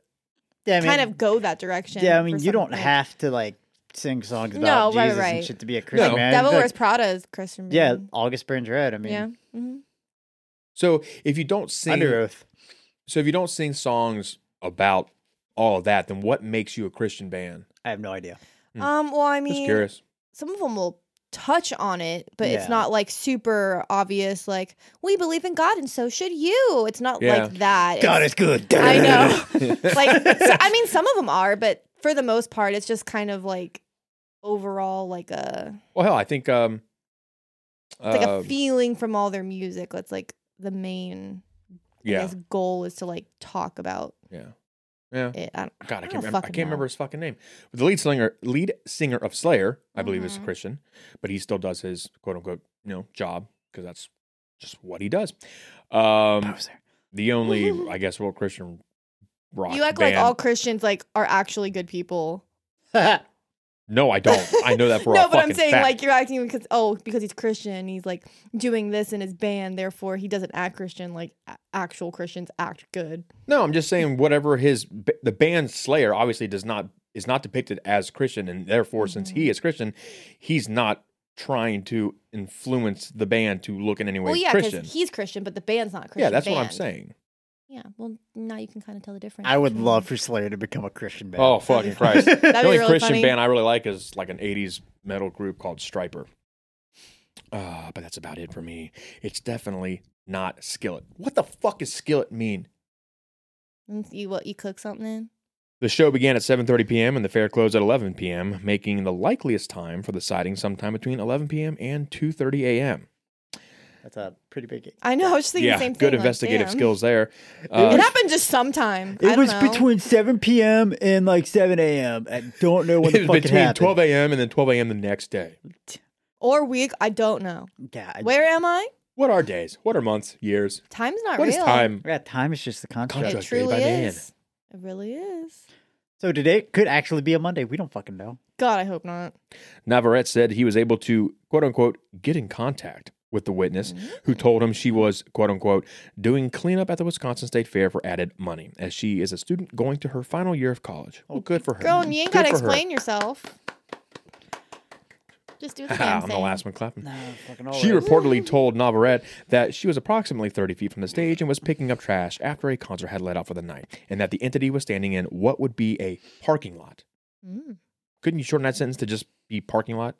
Speaker 2: Yeah, I mean,
Speaker 1: kind of go that direction.
Speaker 2: Yeah, I
Speaker 1: for
Speaker 2: mean, you
Speaker 1: some
Speaker 2: don't
Speaker 1: thing.
Speaker 2: have to like sing songs
Speaker 4: No,
Speaker 2: about
Speaker 4: right,
Speaker 2: Jesus
Speaker 4: right.
Speaker 2: and shit to be a Christian.
Speaker 3: No.
Speaker 2: man.
Speaker 4: Devil
Speaker 2: Like,
Speaker 4: Wears Prada is Christian.
Speaker 2: Yeah,
Speaker 4: Bale.
Speaker 2: August burns red. I mean,
Speaker 4: yeah.
Speaker 1: mm-hmm.
Speaker 4: hmm
Speaker 3: So if you don't sing,
Speaker 2: under oath.
Speaker 3: so if you don't sing songs about all of that, then what makes you a Christian band?
Speaker 2: I have no idea.
Speaker 3: Hmm.
Speaker 4: Um. Well, I
Speaker 3: Just
Speaker 4: mean,
Speaker 3: curious.
Speaker 4: some of them will touch on it, but
Speaker 2: Yeah.
Speaker 4: it's not like super obvious. Like we believe in God, and so should you. It's not
Speaker 3: Yeah.
Speaker 4: like that.
Speaker 2: God
Speaker 4: It's-
Speaker 2: is good.
Speaker 4: I know. like, so, I mean, some of them are, but for the most part, it's just kind of like overall like a
Speaker 3: Well, hell, I think um,
Speaker 4: it's like
Speaker 3: uh,
Speaker 4: a feeling from all their music. That's like the main I
Speaker 3: yeah,
Speaker 4: guess, goal is to like talk about
Speaker 3: yeah. Yeah.
Speaker 1: It, I don't,
Speaker 3: God, I
Speaker 1: I
Speaker 3: can't
Speaker 1: don't
Speaker 3: remember. I
Speaker 1: fucking
Speaker 3: can't
Speaker 1: know.
Speaker 3: remember his fucking name. But the lead singer, lead singer of Slayer, I believe, is a
Speaker 1: Mhm.
Speaker 3: Christian, but he still does his quote unquote, you know, job because that's just what he does. Um,
Speaker 2: Poser.
Speaker 3: the only, I guess, real Christian rock.
Speaker 1: you act
Speaker 3: band-
Speaker 1: like all Christians like are actually good people.
Speaker 3: No, I don't. I know that for
Speaker 1: no,
Speaker 3: a
Speaker 1: but I'm
Speaker 3: fucking
Speaker 1: saying
Speaker 3: fact.
Speaker 1: like you're acting because oh because he's Christian he's like doing this in his band therefore he doesn't act Christian like a- actual Christians act good.
Speaker 3: No, I'm just saying whatever his b- the band Slayer obviously does not is not depicted as Christian, and therefore since
Speaker 1: Mm-hmm.
Speaker 3: he is Christian, he's not trying to influence the band to look in any way
Speaker 1: well, yeah,
Speaker 3: Christian.
Speaker 1: because he's Christian, but the band's not Christian.
Speaker 3: yeah, that's what I'm
Speaker 1: band.
Speaker 3: saying.
Speaker 1: Yeah, well now you can kind of tell the difference. Mm-hmm.
Speaker 2: I would
Speaker 1: between-
Speaker 2: love for Slayer to become a Christian band.
Speaker 3: Oh fucking Christ!
Speaker 1: That'd
Speaker 3: the
Speaker 1: be
Speaker 3: only
Speaker 1: really
Speaker 3: Christian
Speaker 1: funny.
Speaker 3: band I really like is like an '80s metal group called Striper. Uh, but that's about it for me. It's definitely not Skillet. What the fuck does Skillet mean?
Speaker 1: Mm, You what you cook something?
Speaker 3: The show began at 7:30 p.m. and the fair closed at 11 p.m., making the likeliest time for the sighting sometime between 11 p.m. and 2:30 a.m.
Speaker 2: That's a pretty big.
Speaker 1: I know. I was just thinking the same thing.
Speaker 3: good
Speaker 1: like,
Speaker 3: investigative
Speaker 1: damn.
Speaker 3: skills there.
Speaker 1: it
Speaker 3: Uh,
Speaker 1: happened just sometime. I
Speaker 2: It
Speaker 1: don't
Speaker 2: was
Speaker 1: know.
Speaker 2: between 7 p.m. and like 7 a.m. I don't know
Speaker 3: it
Speaker 2: when the
Speaker 3: was
Speaker 2: fuck it
Speaker 3: between
Speaker 2: happened.
Speaker 3: 12 a.m. and then 12 a.m. the next day.
Speaker 1: or week. I don't know.
Speaker 2: Yeah, I-
Speaker 1: Where am I?
Speaker 3: What are days? What are months? Years?
Speaker 1: Time's not
Speaker 3: What
Speaker 1: real.
Speaker 3: is time?
Speaker 2: yeah, time is just the
Speaker 3: Contract.
Speaker 2: contract.
Speaker 1: It
Speaker 3: Just day by
Speaker 1: truly
Speaker 3: day.
Speaker 1: is. It really is.
Speaker 2: So today could actually be a Monday. We don't fucking know.
Speaker 1: God, I hope not.
Speaker 3: Navarrete said he was able to quote unquote get in contact with the witness who told him she was quote unquote doing cleanup at the Wisconsin State Fair for added money as she is a student going to her final year of college. Well, Oh, good for her.
Speaker 1: Girl, and you ain't
Speaker 3: Mm, Good
Speaker 1: gotta
Speaker 3: for her.
Speaker 1: explain yourself. Just do the damn
Speaker 3: I'm
Speaker 1: thing.
Speaker 3: the last one clapping.
Speaker 2: fucking
Speaker 3: Hmm. She reportedly told Navarrete that she was approximately 30 feet from the stage and was picking up trash after a concert had let out for the night, and that the entity was standing in what would be a parking lot.
Speaker 1: Mm.
Speaker 3: Couldn't you shorten that sentence to just be parking lot?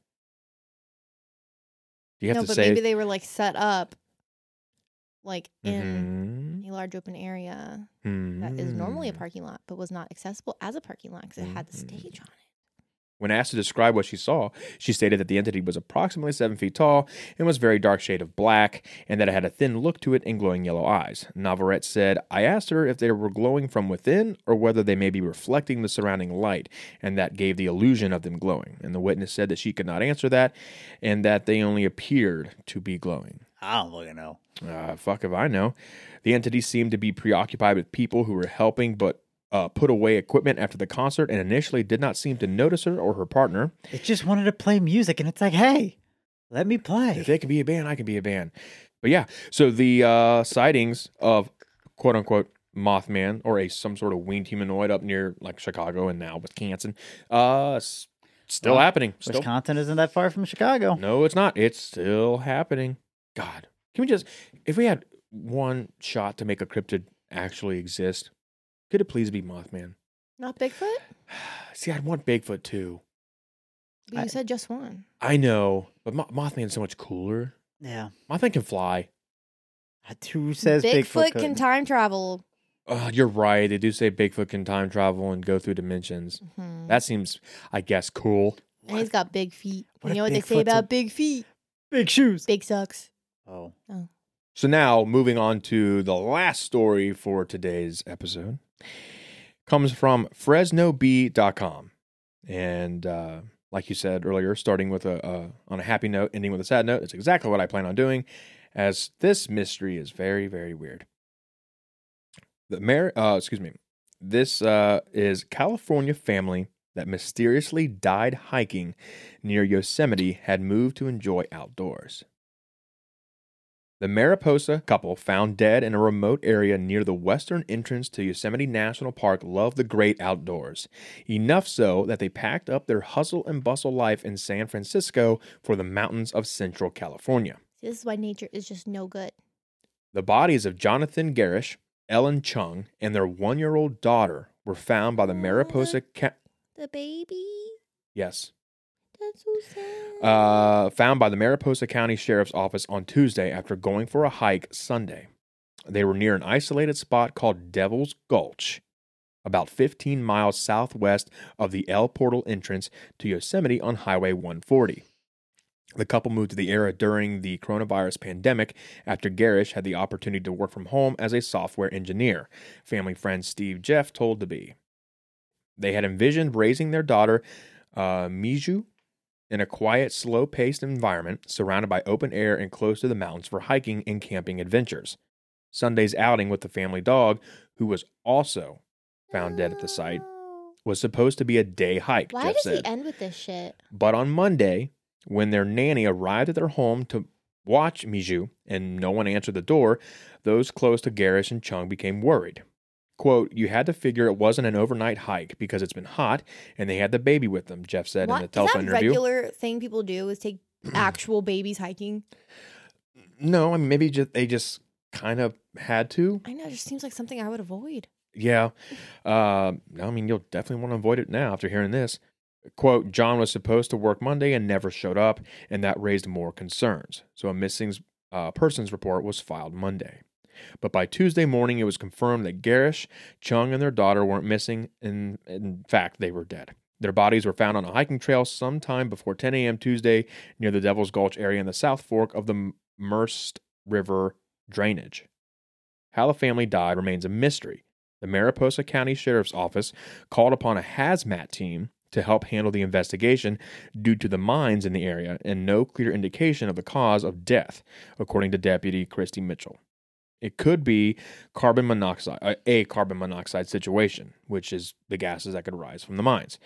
Speaker 3: Do you have
Speaker 1: No,
Speaker 3: to
Speaker 1: but
Speaker 3: say?
Speaker 1: maybe they were like set up, like in
Speaker 3: Mhm.
Speaker 1: a large open area that is normally a
Speaker 3: Mhm.
Speaker 1: parking lot, but was not accessible as a parking lot because it had the
Speaker 3: Mm-hmm.
Speaker 1: stage on it.
Speaker 3: When asked to describe what she saw, she stated that the entity was approximately seven feet tall and was very dark shade of black, and that it had a thin look to it and glowing yellow eyes. Navarette said, I asked her if they were glowing from within or whether they may be reflecting the surrounding light, and that gave the illusion of them glowing. And the witness said that she could not answer that, and that they only appeared to be glowing.
Speaker 2: I don't fucking know.
Speaker 3: Uh, fuck if I know. The entity seemed to be preoccupied with people who were helping, but uh, put away equipment after the concert and initially did not seem to notice her or her partner.
Speaker 2: It just wanted to play music, and it's like, hey, let me play.
Speaker 3: If they can be a band, I can be a band. But yeah, so the uh, sightings of quote unquote Mothman or a some sort of winged humanoid up near like Chicago and now Wisconsin, uh, s- still
Speaker 2: Well,
Speaker 3: happening. Still,
Speaker 2: Wisconsin isn't that far from Chicago.
Speaker 3: no, it's not. It's still happening. God, can we just if we had one shot to make a cryptid actually exist, could it please be Mothman?
Speaker 1: Not Bigfoot?
Speaker 3: See, I'd want Bigfoot too.
Speaker 1: But you
Speaker 2: I-
Speaker 1: said just one.
Speaker 3: I know, but Mo- Mothman's so much cooler.
Speaker 2: Yeah.
Speaker 3: Mothman can fly.
Speaker 2: Who Uh, says Bigfoot,
Speaker 1: Bigfoot can
Speaker 2: couldn't?
Speaker 1: time travel.
Speaker 3: Uh, you're right. They do say Bigfoot can time travel and go through dimensions.
Speaker 1: Mhm.
Speaker 3: That seems, I guess, cool.
Speaker 1: And he's got big feet.
Speaker 2: What
Speaker 1: you
Speaker 2: if
Speaker 1: know what they say
Speaker 2: Bigfoot's a-
Speaker 1: about big feet?
Speaker 2: big shoes.
Speaker 1: Big sucks.
Speaker 2: Oh,
Speaker 3: So now, moving on to the last story for today's episode, comes from FresnoB.com, and uh, like you said earlier, starting with a uh, on a happy note, ending with a sad note. It's exactly what I plan on doing, as this mystery is very, very weird. The mayor, uh, excuse me, this uh, is California family that mysteriously died hiking near Yosemite had moved to enjoy outdoors. The Mariposa couple found dead in a remote area near the western entrance to Yosemite National Park loved the great outdoors, enough so that they packed up their hustle and bustle life in San Francisco for the mountains of central California.
Speaker 1: See, this is why nature is just no good.
Speaker 3: The bodies of Jonathan Garish, Ellen Chung, and their one year old daughter were found by the Mariposa. Ca-
Speaker 1: The baby.
Speaker 3: yes.
Speaker 1: That's so sad.
Speaker 3: uh, found by the Mariposa County Sheriff's Office on Tuesday after going for a hike Sunday. They were near an isolated spot called Devil's Gulch, about 15 miles southwest of the El Portal entrance to Yosemite on Highway 140. The couple moved to the area during the coronavirus pandemic after Garish had the opportunity to work from home as a software engineer, family friend Steve Jeff told the Bee. They had envisioned raising their daughter, uh, Miju, in a quiet, slow paced environment surrounded by open air and close to the mountains for hiking and camping adventures. Sunday's outing with the family dog, who was also found dead at the site, was supposed to be a day hike,
Speaker 1: Why
Speaker 3: Jeff
Speaker 1: does
Speaker 3: said.
Speaker 1: he end with this shit?
Speaker 3: But on Monday, when their nanny arrived at their home to watch Miju and no one answered the door, those close to Garish and Chung became worried. Quote, you had to figure it wasn't an overnight hike because it's been hot and they had the baby with them, Jeff said
Speaker 1: Why-
Speaker 3: in the
Speaker 1: is that
Speaker 3: telephone interview.
Speaker 1: regular thing people do is take actual babies hiking?
Speaker 3: no, I mean, maybe just, they just kind of had to.
Speaker 1: I know, it just seems like something I would avoid.
Speaker 3: Yeah. Uh, I mean, you'll definitely want to avoid it now after hearing this. Quote, John was supposed to work Monday and never showed up, and that raised more concerns. So a missing uh, persons report was filed Monday. But by Tuesday morning, it was confirmed that Garish, Chung, and their daughter weren't missing, and in fact, they were dead. Their bodies were found on a hiking trail sometime before 10 a.m. Tuesday near the Devil's Gulch area in the South Fork of the Merced River drainage. How the family died remains a mystery the Mariposa County Sheriff's Office called upon a hazmat team to help handle the investigation due to the mines in the area and no clear indication of the cause of death, according to Deputy Christy Mitchell. It could be carbon monoxide, uh, a carbon monoxide situation, which is the gases that could rise from the mines.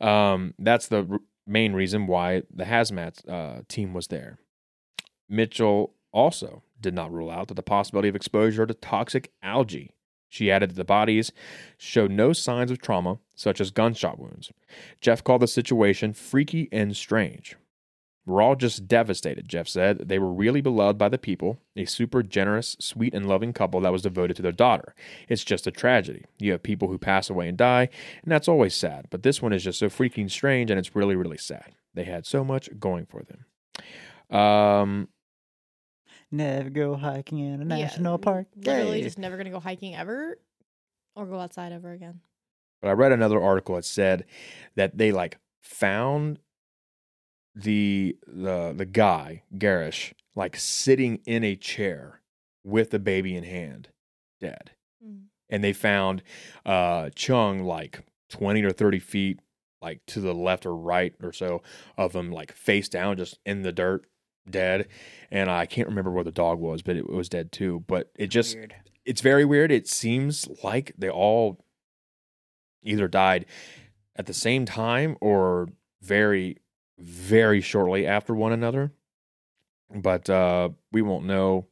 Speaker 3: Um, that's the r- main reason why the hazmat uh, team was there. Mitchell also did not rule out that the possibility of exposure to toxic algae she added that the bodies showed no signs of trauma, such as gunshot wounds. Jeff called the situation freaky and strange. We're all just devastated, Jeff said. They were really beloved by the people, a super generous, sweet, and loving couple that was devoted to their daughter. It's just a tragedy. You have people who pass away and die, and that's always sad, but this one is just so freaking strange and it's really, really sad. They had so much going for them. Um,
Speaker 2: Never go hiking in a national park.
Speaker 1: Literally
Speaker 2: Yay.
Speaker 1: just never gonna go hiking ever or go outside ever again.
Speaker 3: But I read another article that said that they like found the the the guy Garish like sitting in a chair with the baby in hand, dead.
Speaker 1: Mm.
Speaker 3: And they found uh Chung like twenty or thirty feet like to the left or right or so of him like face down just in the dirt dead and i can't remember where the dog was but it was dead too but it just
Speaker 2: Weird.
Speaker 3: it's very weird. It seems like they all either died at the same time or very, very shortly after one another. But uh, we won't know,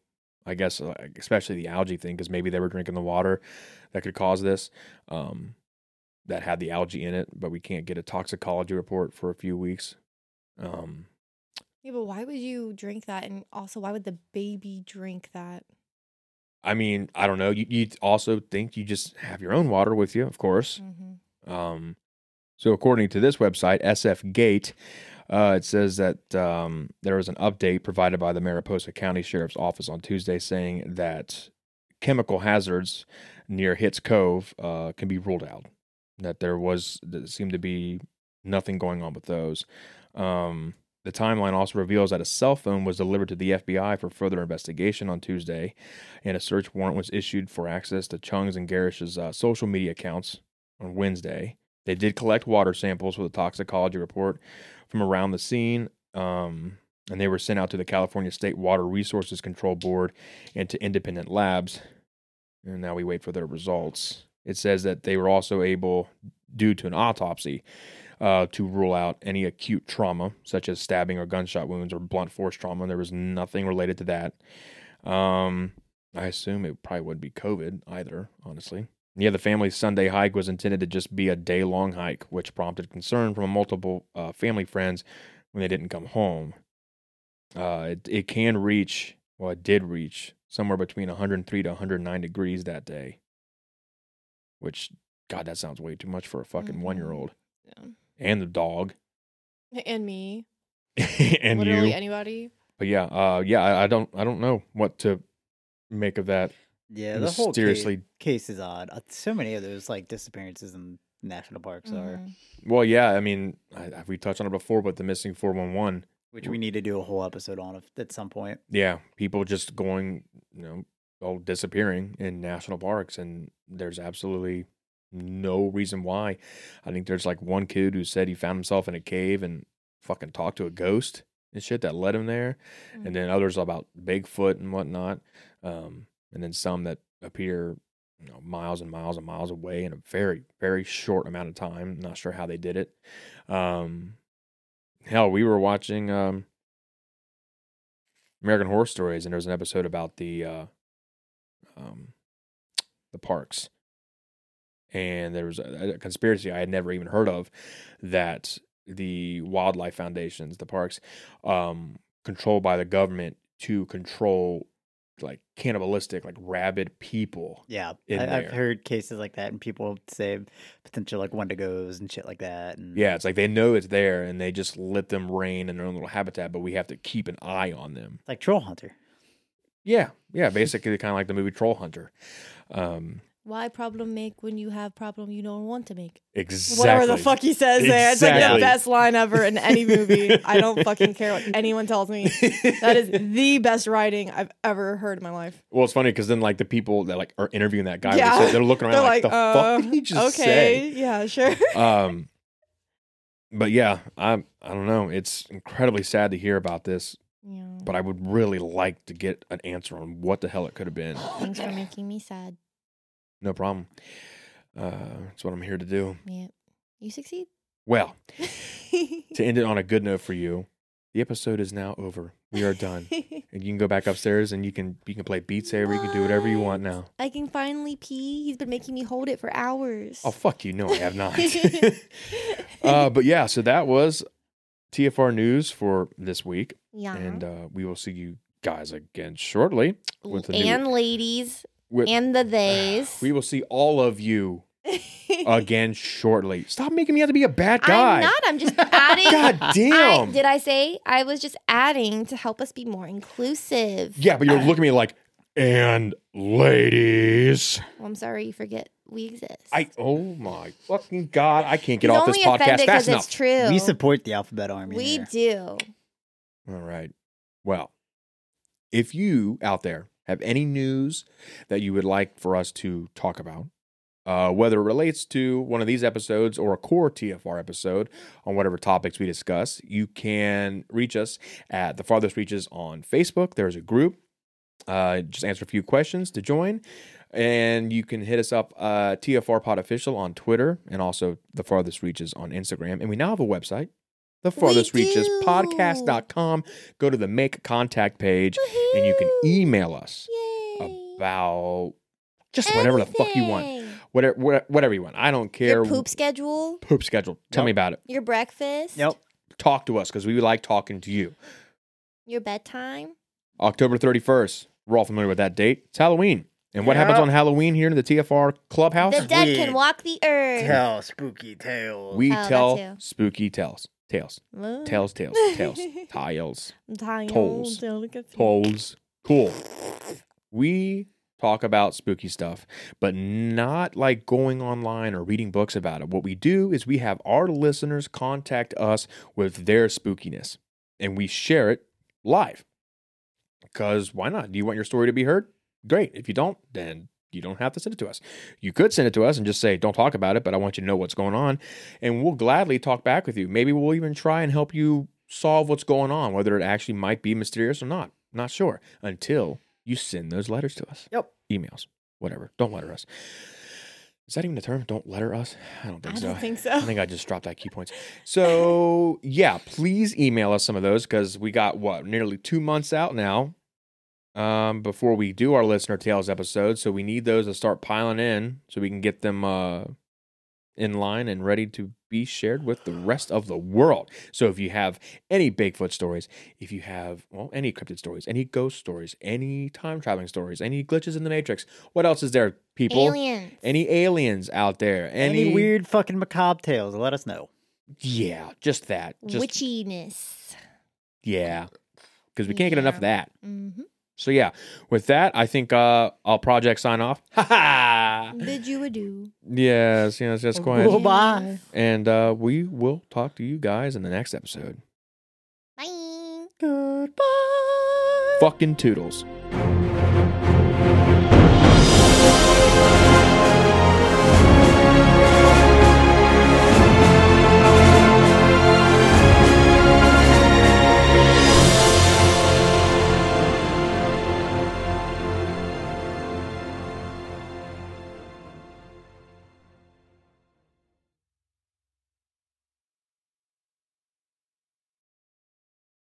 Speaker 3: I guess, uh, especially the algae thing, because maybe they were drinking the water that could cause this, um, that had the algae in it. But we can't get a toxicology report for a few weeks. Um,
Speaker 1: Yeah, but why would you drink that? And also, why would the baby drink that?
Speaker 3: I mean, I don't know. You, you also think you just have your own water with you, of course.
Speaker 1: Mm-hmm.
Speaker 3: Um, so, according to this website, SF Gate, uh, it says that um, there was an update provided by the Mariposa County Sheriff's Office on Tuesday saying that chemical hazards near Hitts Cove uh, can be ruled out. That there was, that seemed to be nothing going on with those. Um, the timeline also reveals that a cell phone was delivered to the FBI for further investigation on Tuesday, and a search warrant was issued for access to Chung's and Garish's uh, social media accounts on Wednesday. They did collect water samples with a toxicology report from around the scene, um, and they were sent out to the California State Water Resources Control Board and to independent labs. And now we wait for their results. It says that they were also able, due to an autopsy, uh, to rule out any acute trauma, such as stabbing or gunshot wounds or blunt force trauma. There was nothing related to that. Um, I assume it probably would be COVID either, honestly. Yeah, the family's Sunday hike was intended to just be a day long hike, which prompted concern from multiple uh, family friends when they didn't come home. Uh, it, it can reach, well, it did reach somewhere between 103 to 109 degrees that day, which, God, that sounds way too much for a fucking
Speaker 1: Mhm.
Speaker 3: one year old
Speaker 1: Yeah.
Speaker 3: and the dog
Speaker 1: And me,
Speaker 3: and
Speaker 1: literally
Speaker 3: you.
Speaker 1: anybody.
Speaker 3: but yeah, uh, yeah, I, I don't, I don't know what to make of that.
Speaker 2: Yeah, the whole seriously
Speaker 3: Mysteriously-
Speaker 2: case is odd. Uh, So many of those like disappearances in national parks are.
Speaker 1: Mhm.
Speaker 3: Well, yeah, I mean, I, I- we touched on it before, but the missing 411
Speaker 2: which we need to do a whole episode on if, at some point.
Speaker 3: Yeah, people just going, you know, all disappearing in national parks, and there's absolutely no reason why. I think there's like one kid who said he found himself in a cave and fucking talked to a ghost and shit that led him there, and then others about Bigfoot and whatnot, um, and then some that appear. You know, miles and miles and miles away in a very, very short amount of time. Not sure how they did it. Um, hell, we were watching um, American Horror Stories, and there was an episode about the uh, um, the parks, and there was a, a conspiracy I had never even heard of that the wildlife foundations, the parks, um, controlled by the government to control like cannibalistic, like rabid people.
Speaker 2: Yeah,
Speaker 3: In
Speaker 2: I, I've
Speaker 3: there.
Speaker 2: heard cases like that, and people say potential like Wendigos and shit like that. And
Speaker 3: Yeah, it's like they know it's there and they just let them reign in their own little habitat, but we have to keep an eye on them.
Speaker 2: like Troll Hunter.
Speaker 3: Yeah, yeah, basically kind of like the movie Troll Hunter. Um,
Speaker 1: Why problem make when you have problem you don't want to make?
Speaker 3: exactly.
Speaker 5: Whatever the fuck he says there. It's like the
Speaker 3: Exactly.
Speaker 5: best line ever in any movie. I don't fucking care what anyone tells me. That is the best writing I've ever heard in my life.
Speaker 3: Well, it's funny because then like the people that like are interviewing that guy,
Speaker 5: Yeah.
Speaker 3: they're, they're looking around
Speaker 5: They're
Speaker 3: like,
Speaker 5: like,
Speaker 3: the
Speaker 5: uh,
Speaker 3: fuck did he just
Speaker 5: okay. Yeah, sure.
Speaker 3: say? Um, but yeah, I I don't know. It's incredibly sad to hear about this,
Speaker 1: Yeah.
Speaker 3: but I would really like to get an answer on what the hell it could have been.
Speaker 1: Thanks for making me sad.
Speaker 3: No problem. Uh, that's what I'm here to do.
Speaker 1: Yeah. You succeed.
Speaker 3: Well, to end it on a good note for you, the episode is now over. We are done, and you can go back upstairs and you can you can play Beat Saber. You can do whatever you want now.
Speaker 1: I can finally pee. He's been making me hold it for hours.
Speaker 3: Oh fuck you! No, I have not. uh, but yeah, so that was TFR news for this week,
Speaker 1: yeah.
Speaker 3: and uh, we will see you guys again shortly. with the new-
Speaker 1: and ladies
Speaker 3: With-
Speaker 1: and the theys.
Speaker 3: we will see all of you again shortly. Stop making me have to be a bad guy.
Speaker 1: I'm not. I'm just adding.
Speaker 3: God
Speaker 1: I,
Speaker 3: damn.
Speaker 1: did I say I was just adding to help us be more inclusive?
Speaker 3: yeah, but you're looking at me like, and ladies,
Speaker 1: Well, Oh, I'm sorry, you forget we exist.
Speaker 3: I oh my fucking god, I can't get
Speaker 1: He's
Speaker 3: off this
Speaker 1: only offended 'cause
Speaker 3: podcast fast enough.
Speaker 1: It's true.
Speaker 2: We support the Alphabet Army.
Speaker 1: We
Speaker 2: here.
Speaker 1: do.
Speaker 3: All right. Well, if you out there have any news that you would like for us to talk about, uh, whether it relates to one of these episodes or a core TFR episode on whatever topics we discuss, you can reach us at The Farthest Reaches on Facebook. There's a group. Uh, just answer a few questions to join. And you can hit us up, uh, TFR Pod Official on Twitter and also The Farthest Reaches on Instagram. And we now have a website, The Farthest Reaches
Speaker 1: do.
Speaker 3: Podcast.com. Go to the Make Contact page and you can email us
Speaker 1: Yay.
Speaker 3: about just whatever the fuck you want.
Speaker 1: Everything.
Speaker 3: Whatever, wha- whatever you want. I don't care.
Speaker 1: Your poop schedule,
Speaker 3: Poop schedule. Tell me
Speaker 2: Yep.
Speaker 3: about it.
Speaker 1: your breakfast,
Speaker 2: Yep.
Speaker 3: Talk to us because we like talking to you.
Speaker 1: your bedtime.
Speaker 3: October 31st. We're all familiar with that date. It's Halloween. And what happens
Speaker 2: Yeah.
Speaker 3: on Halloween here in the TFR clubhouse?
Speaker 1: The dead
Speaker 2: weird.
Speaker 1: can walk the earth.
Speaker 2: Tell spooky tales.
Speaker 3: we
Speaker 1: Oh, that
Speaker 3: tell
Speaker 1: too. Mm.
Speaker 3: spooky tales. Tales.
Speaker 1: Ooh.
Speaker 3: Tales, tales, tales, tiles,
Speaker 1: Time.
Speaker 3: Tolls.
Speaker 1: Delicate.
Speaker 3: tolls. Cool. We talk about spooky stuff, but not like going online or reading books about it. What we do is we have our listeners contact us with their spookiness and we share it live. Because why not? Do you want your story to be heard? Great. If you don't, then you don't have to send it to us. You could send it to us and just say, don't talk about it, but I want you to know what's going on. And we'll gladly talk back with you. Maybe we'll even try and help you solve what's going on, whether it actually might be mysterious or not. Not sure until you send those letters to us.
Speaker 2: Yep.
Speaker 3: Emails, whatever. Don't letter us. Is that even a term? Don't letter us? I don't think
Speaker 5: I
Speaker 3: so.
Speaker 5: don't think
Speaker 3: I
Speaker 5: so.
Speaker 3: think I just dropped IQ points. So yeah, please email us some of those because we got what nearly two months out now um, before we do our listener tales episode. So we need those to start piling in so we can get them uh, in line and ready to be shared with the rest of the world. So if you have any Bigfoot stories, if you have well any cryptid stories, any ghost stories, any time traveling stories, any glitches in the matrix, what else is there, people?
Speaker 1: Aliens.
Speaker 3: Any aliens out there?
Speaker 2: Any, weird fucking macabre tales? Let us know.
Speaker 3: Yeah, just that. Just
Speaker 1: Witchiness.
Speaker 3: yeah, because we can't get enough of that.
Speaker 1: Mm-hmm.
Speaker 3: So yeah, with that, I think uh, I'll project sign off. Ha ha.
Speaker 1: Did you a do?
Speaker 3: Yes, yes, that's
Speaker 2: Well,
Speaker 3: quiet.
Speaker 2: bye.
Speaker 3: And uh, we will talk to you guys in the next episode.
Speaker 1: Bye.
Speaker 3: fucking toodles.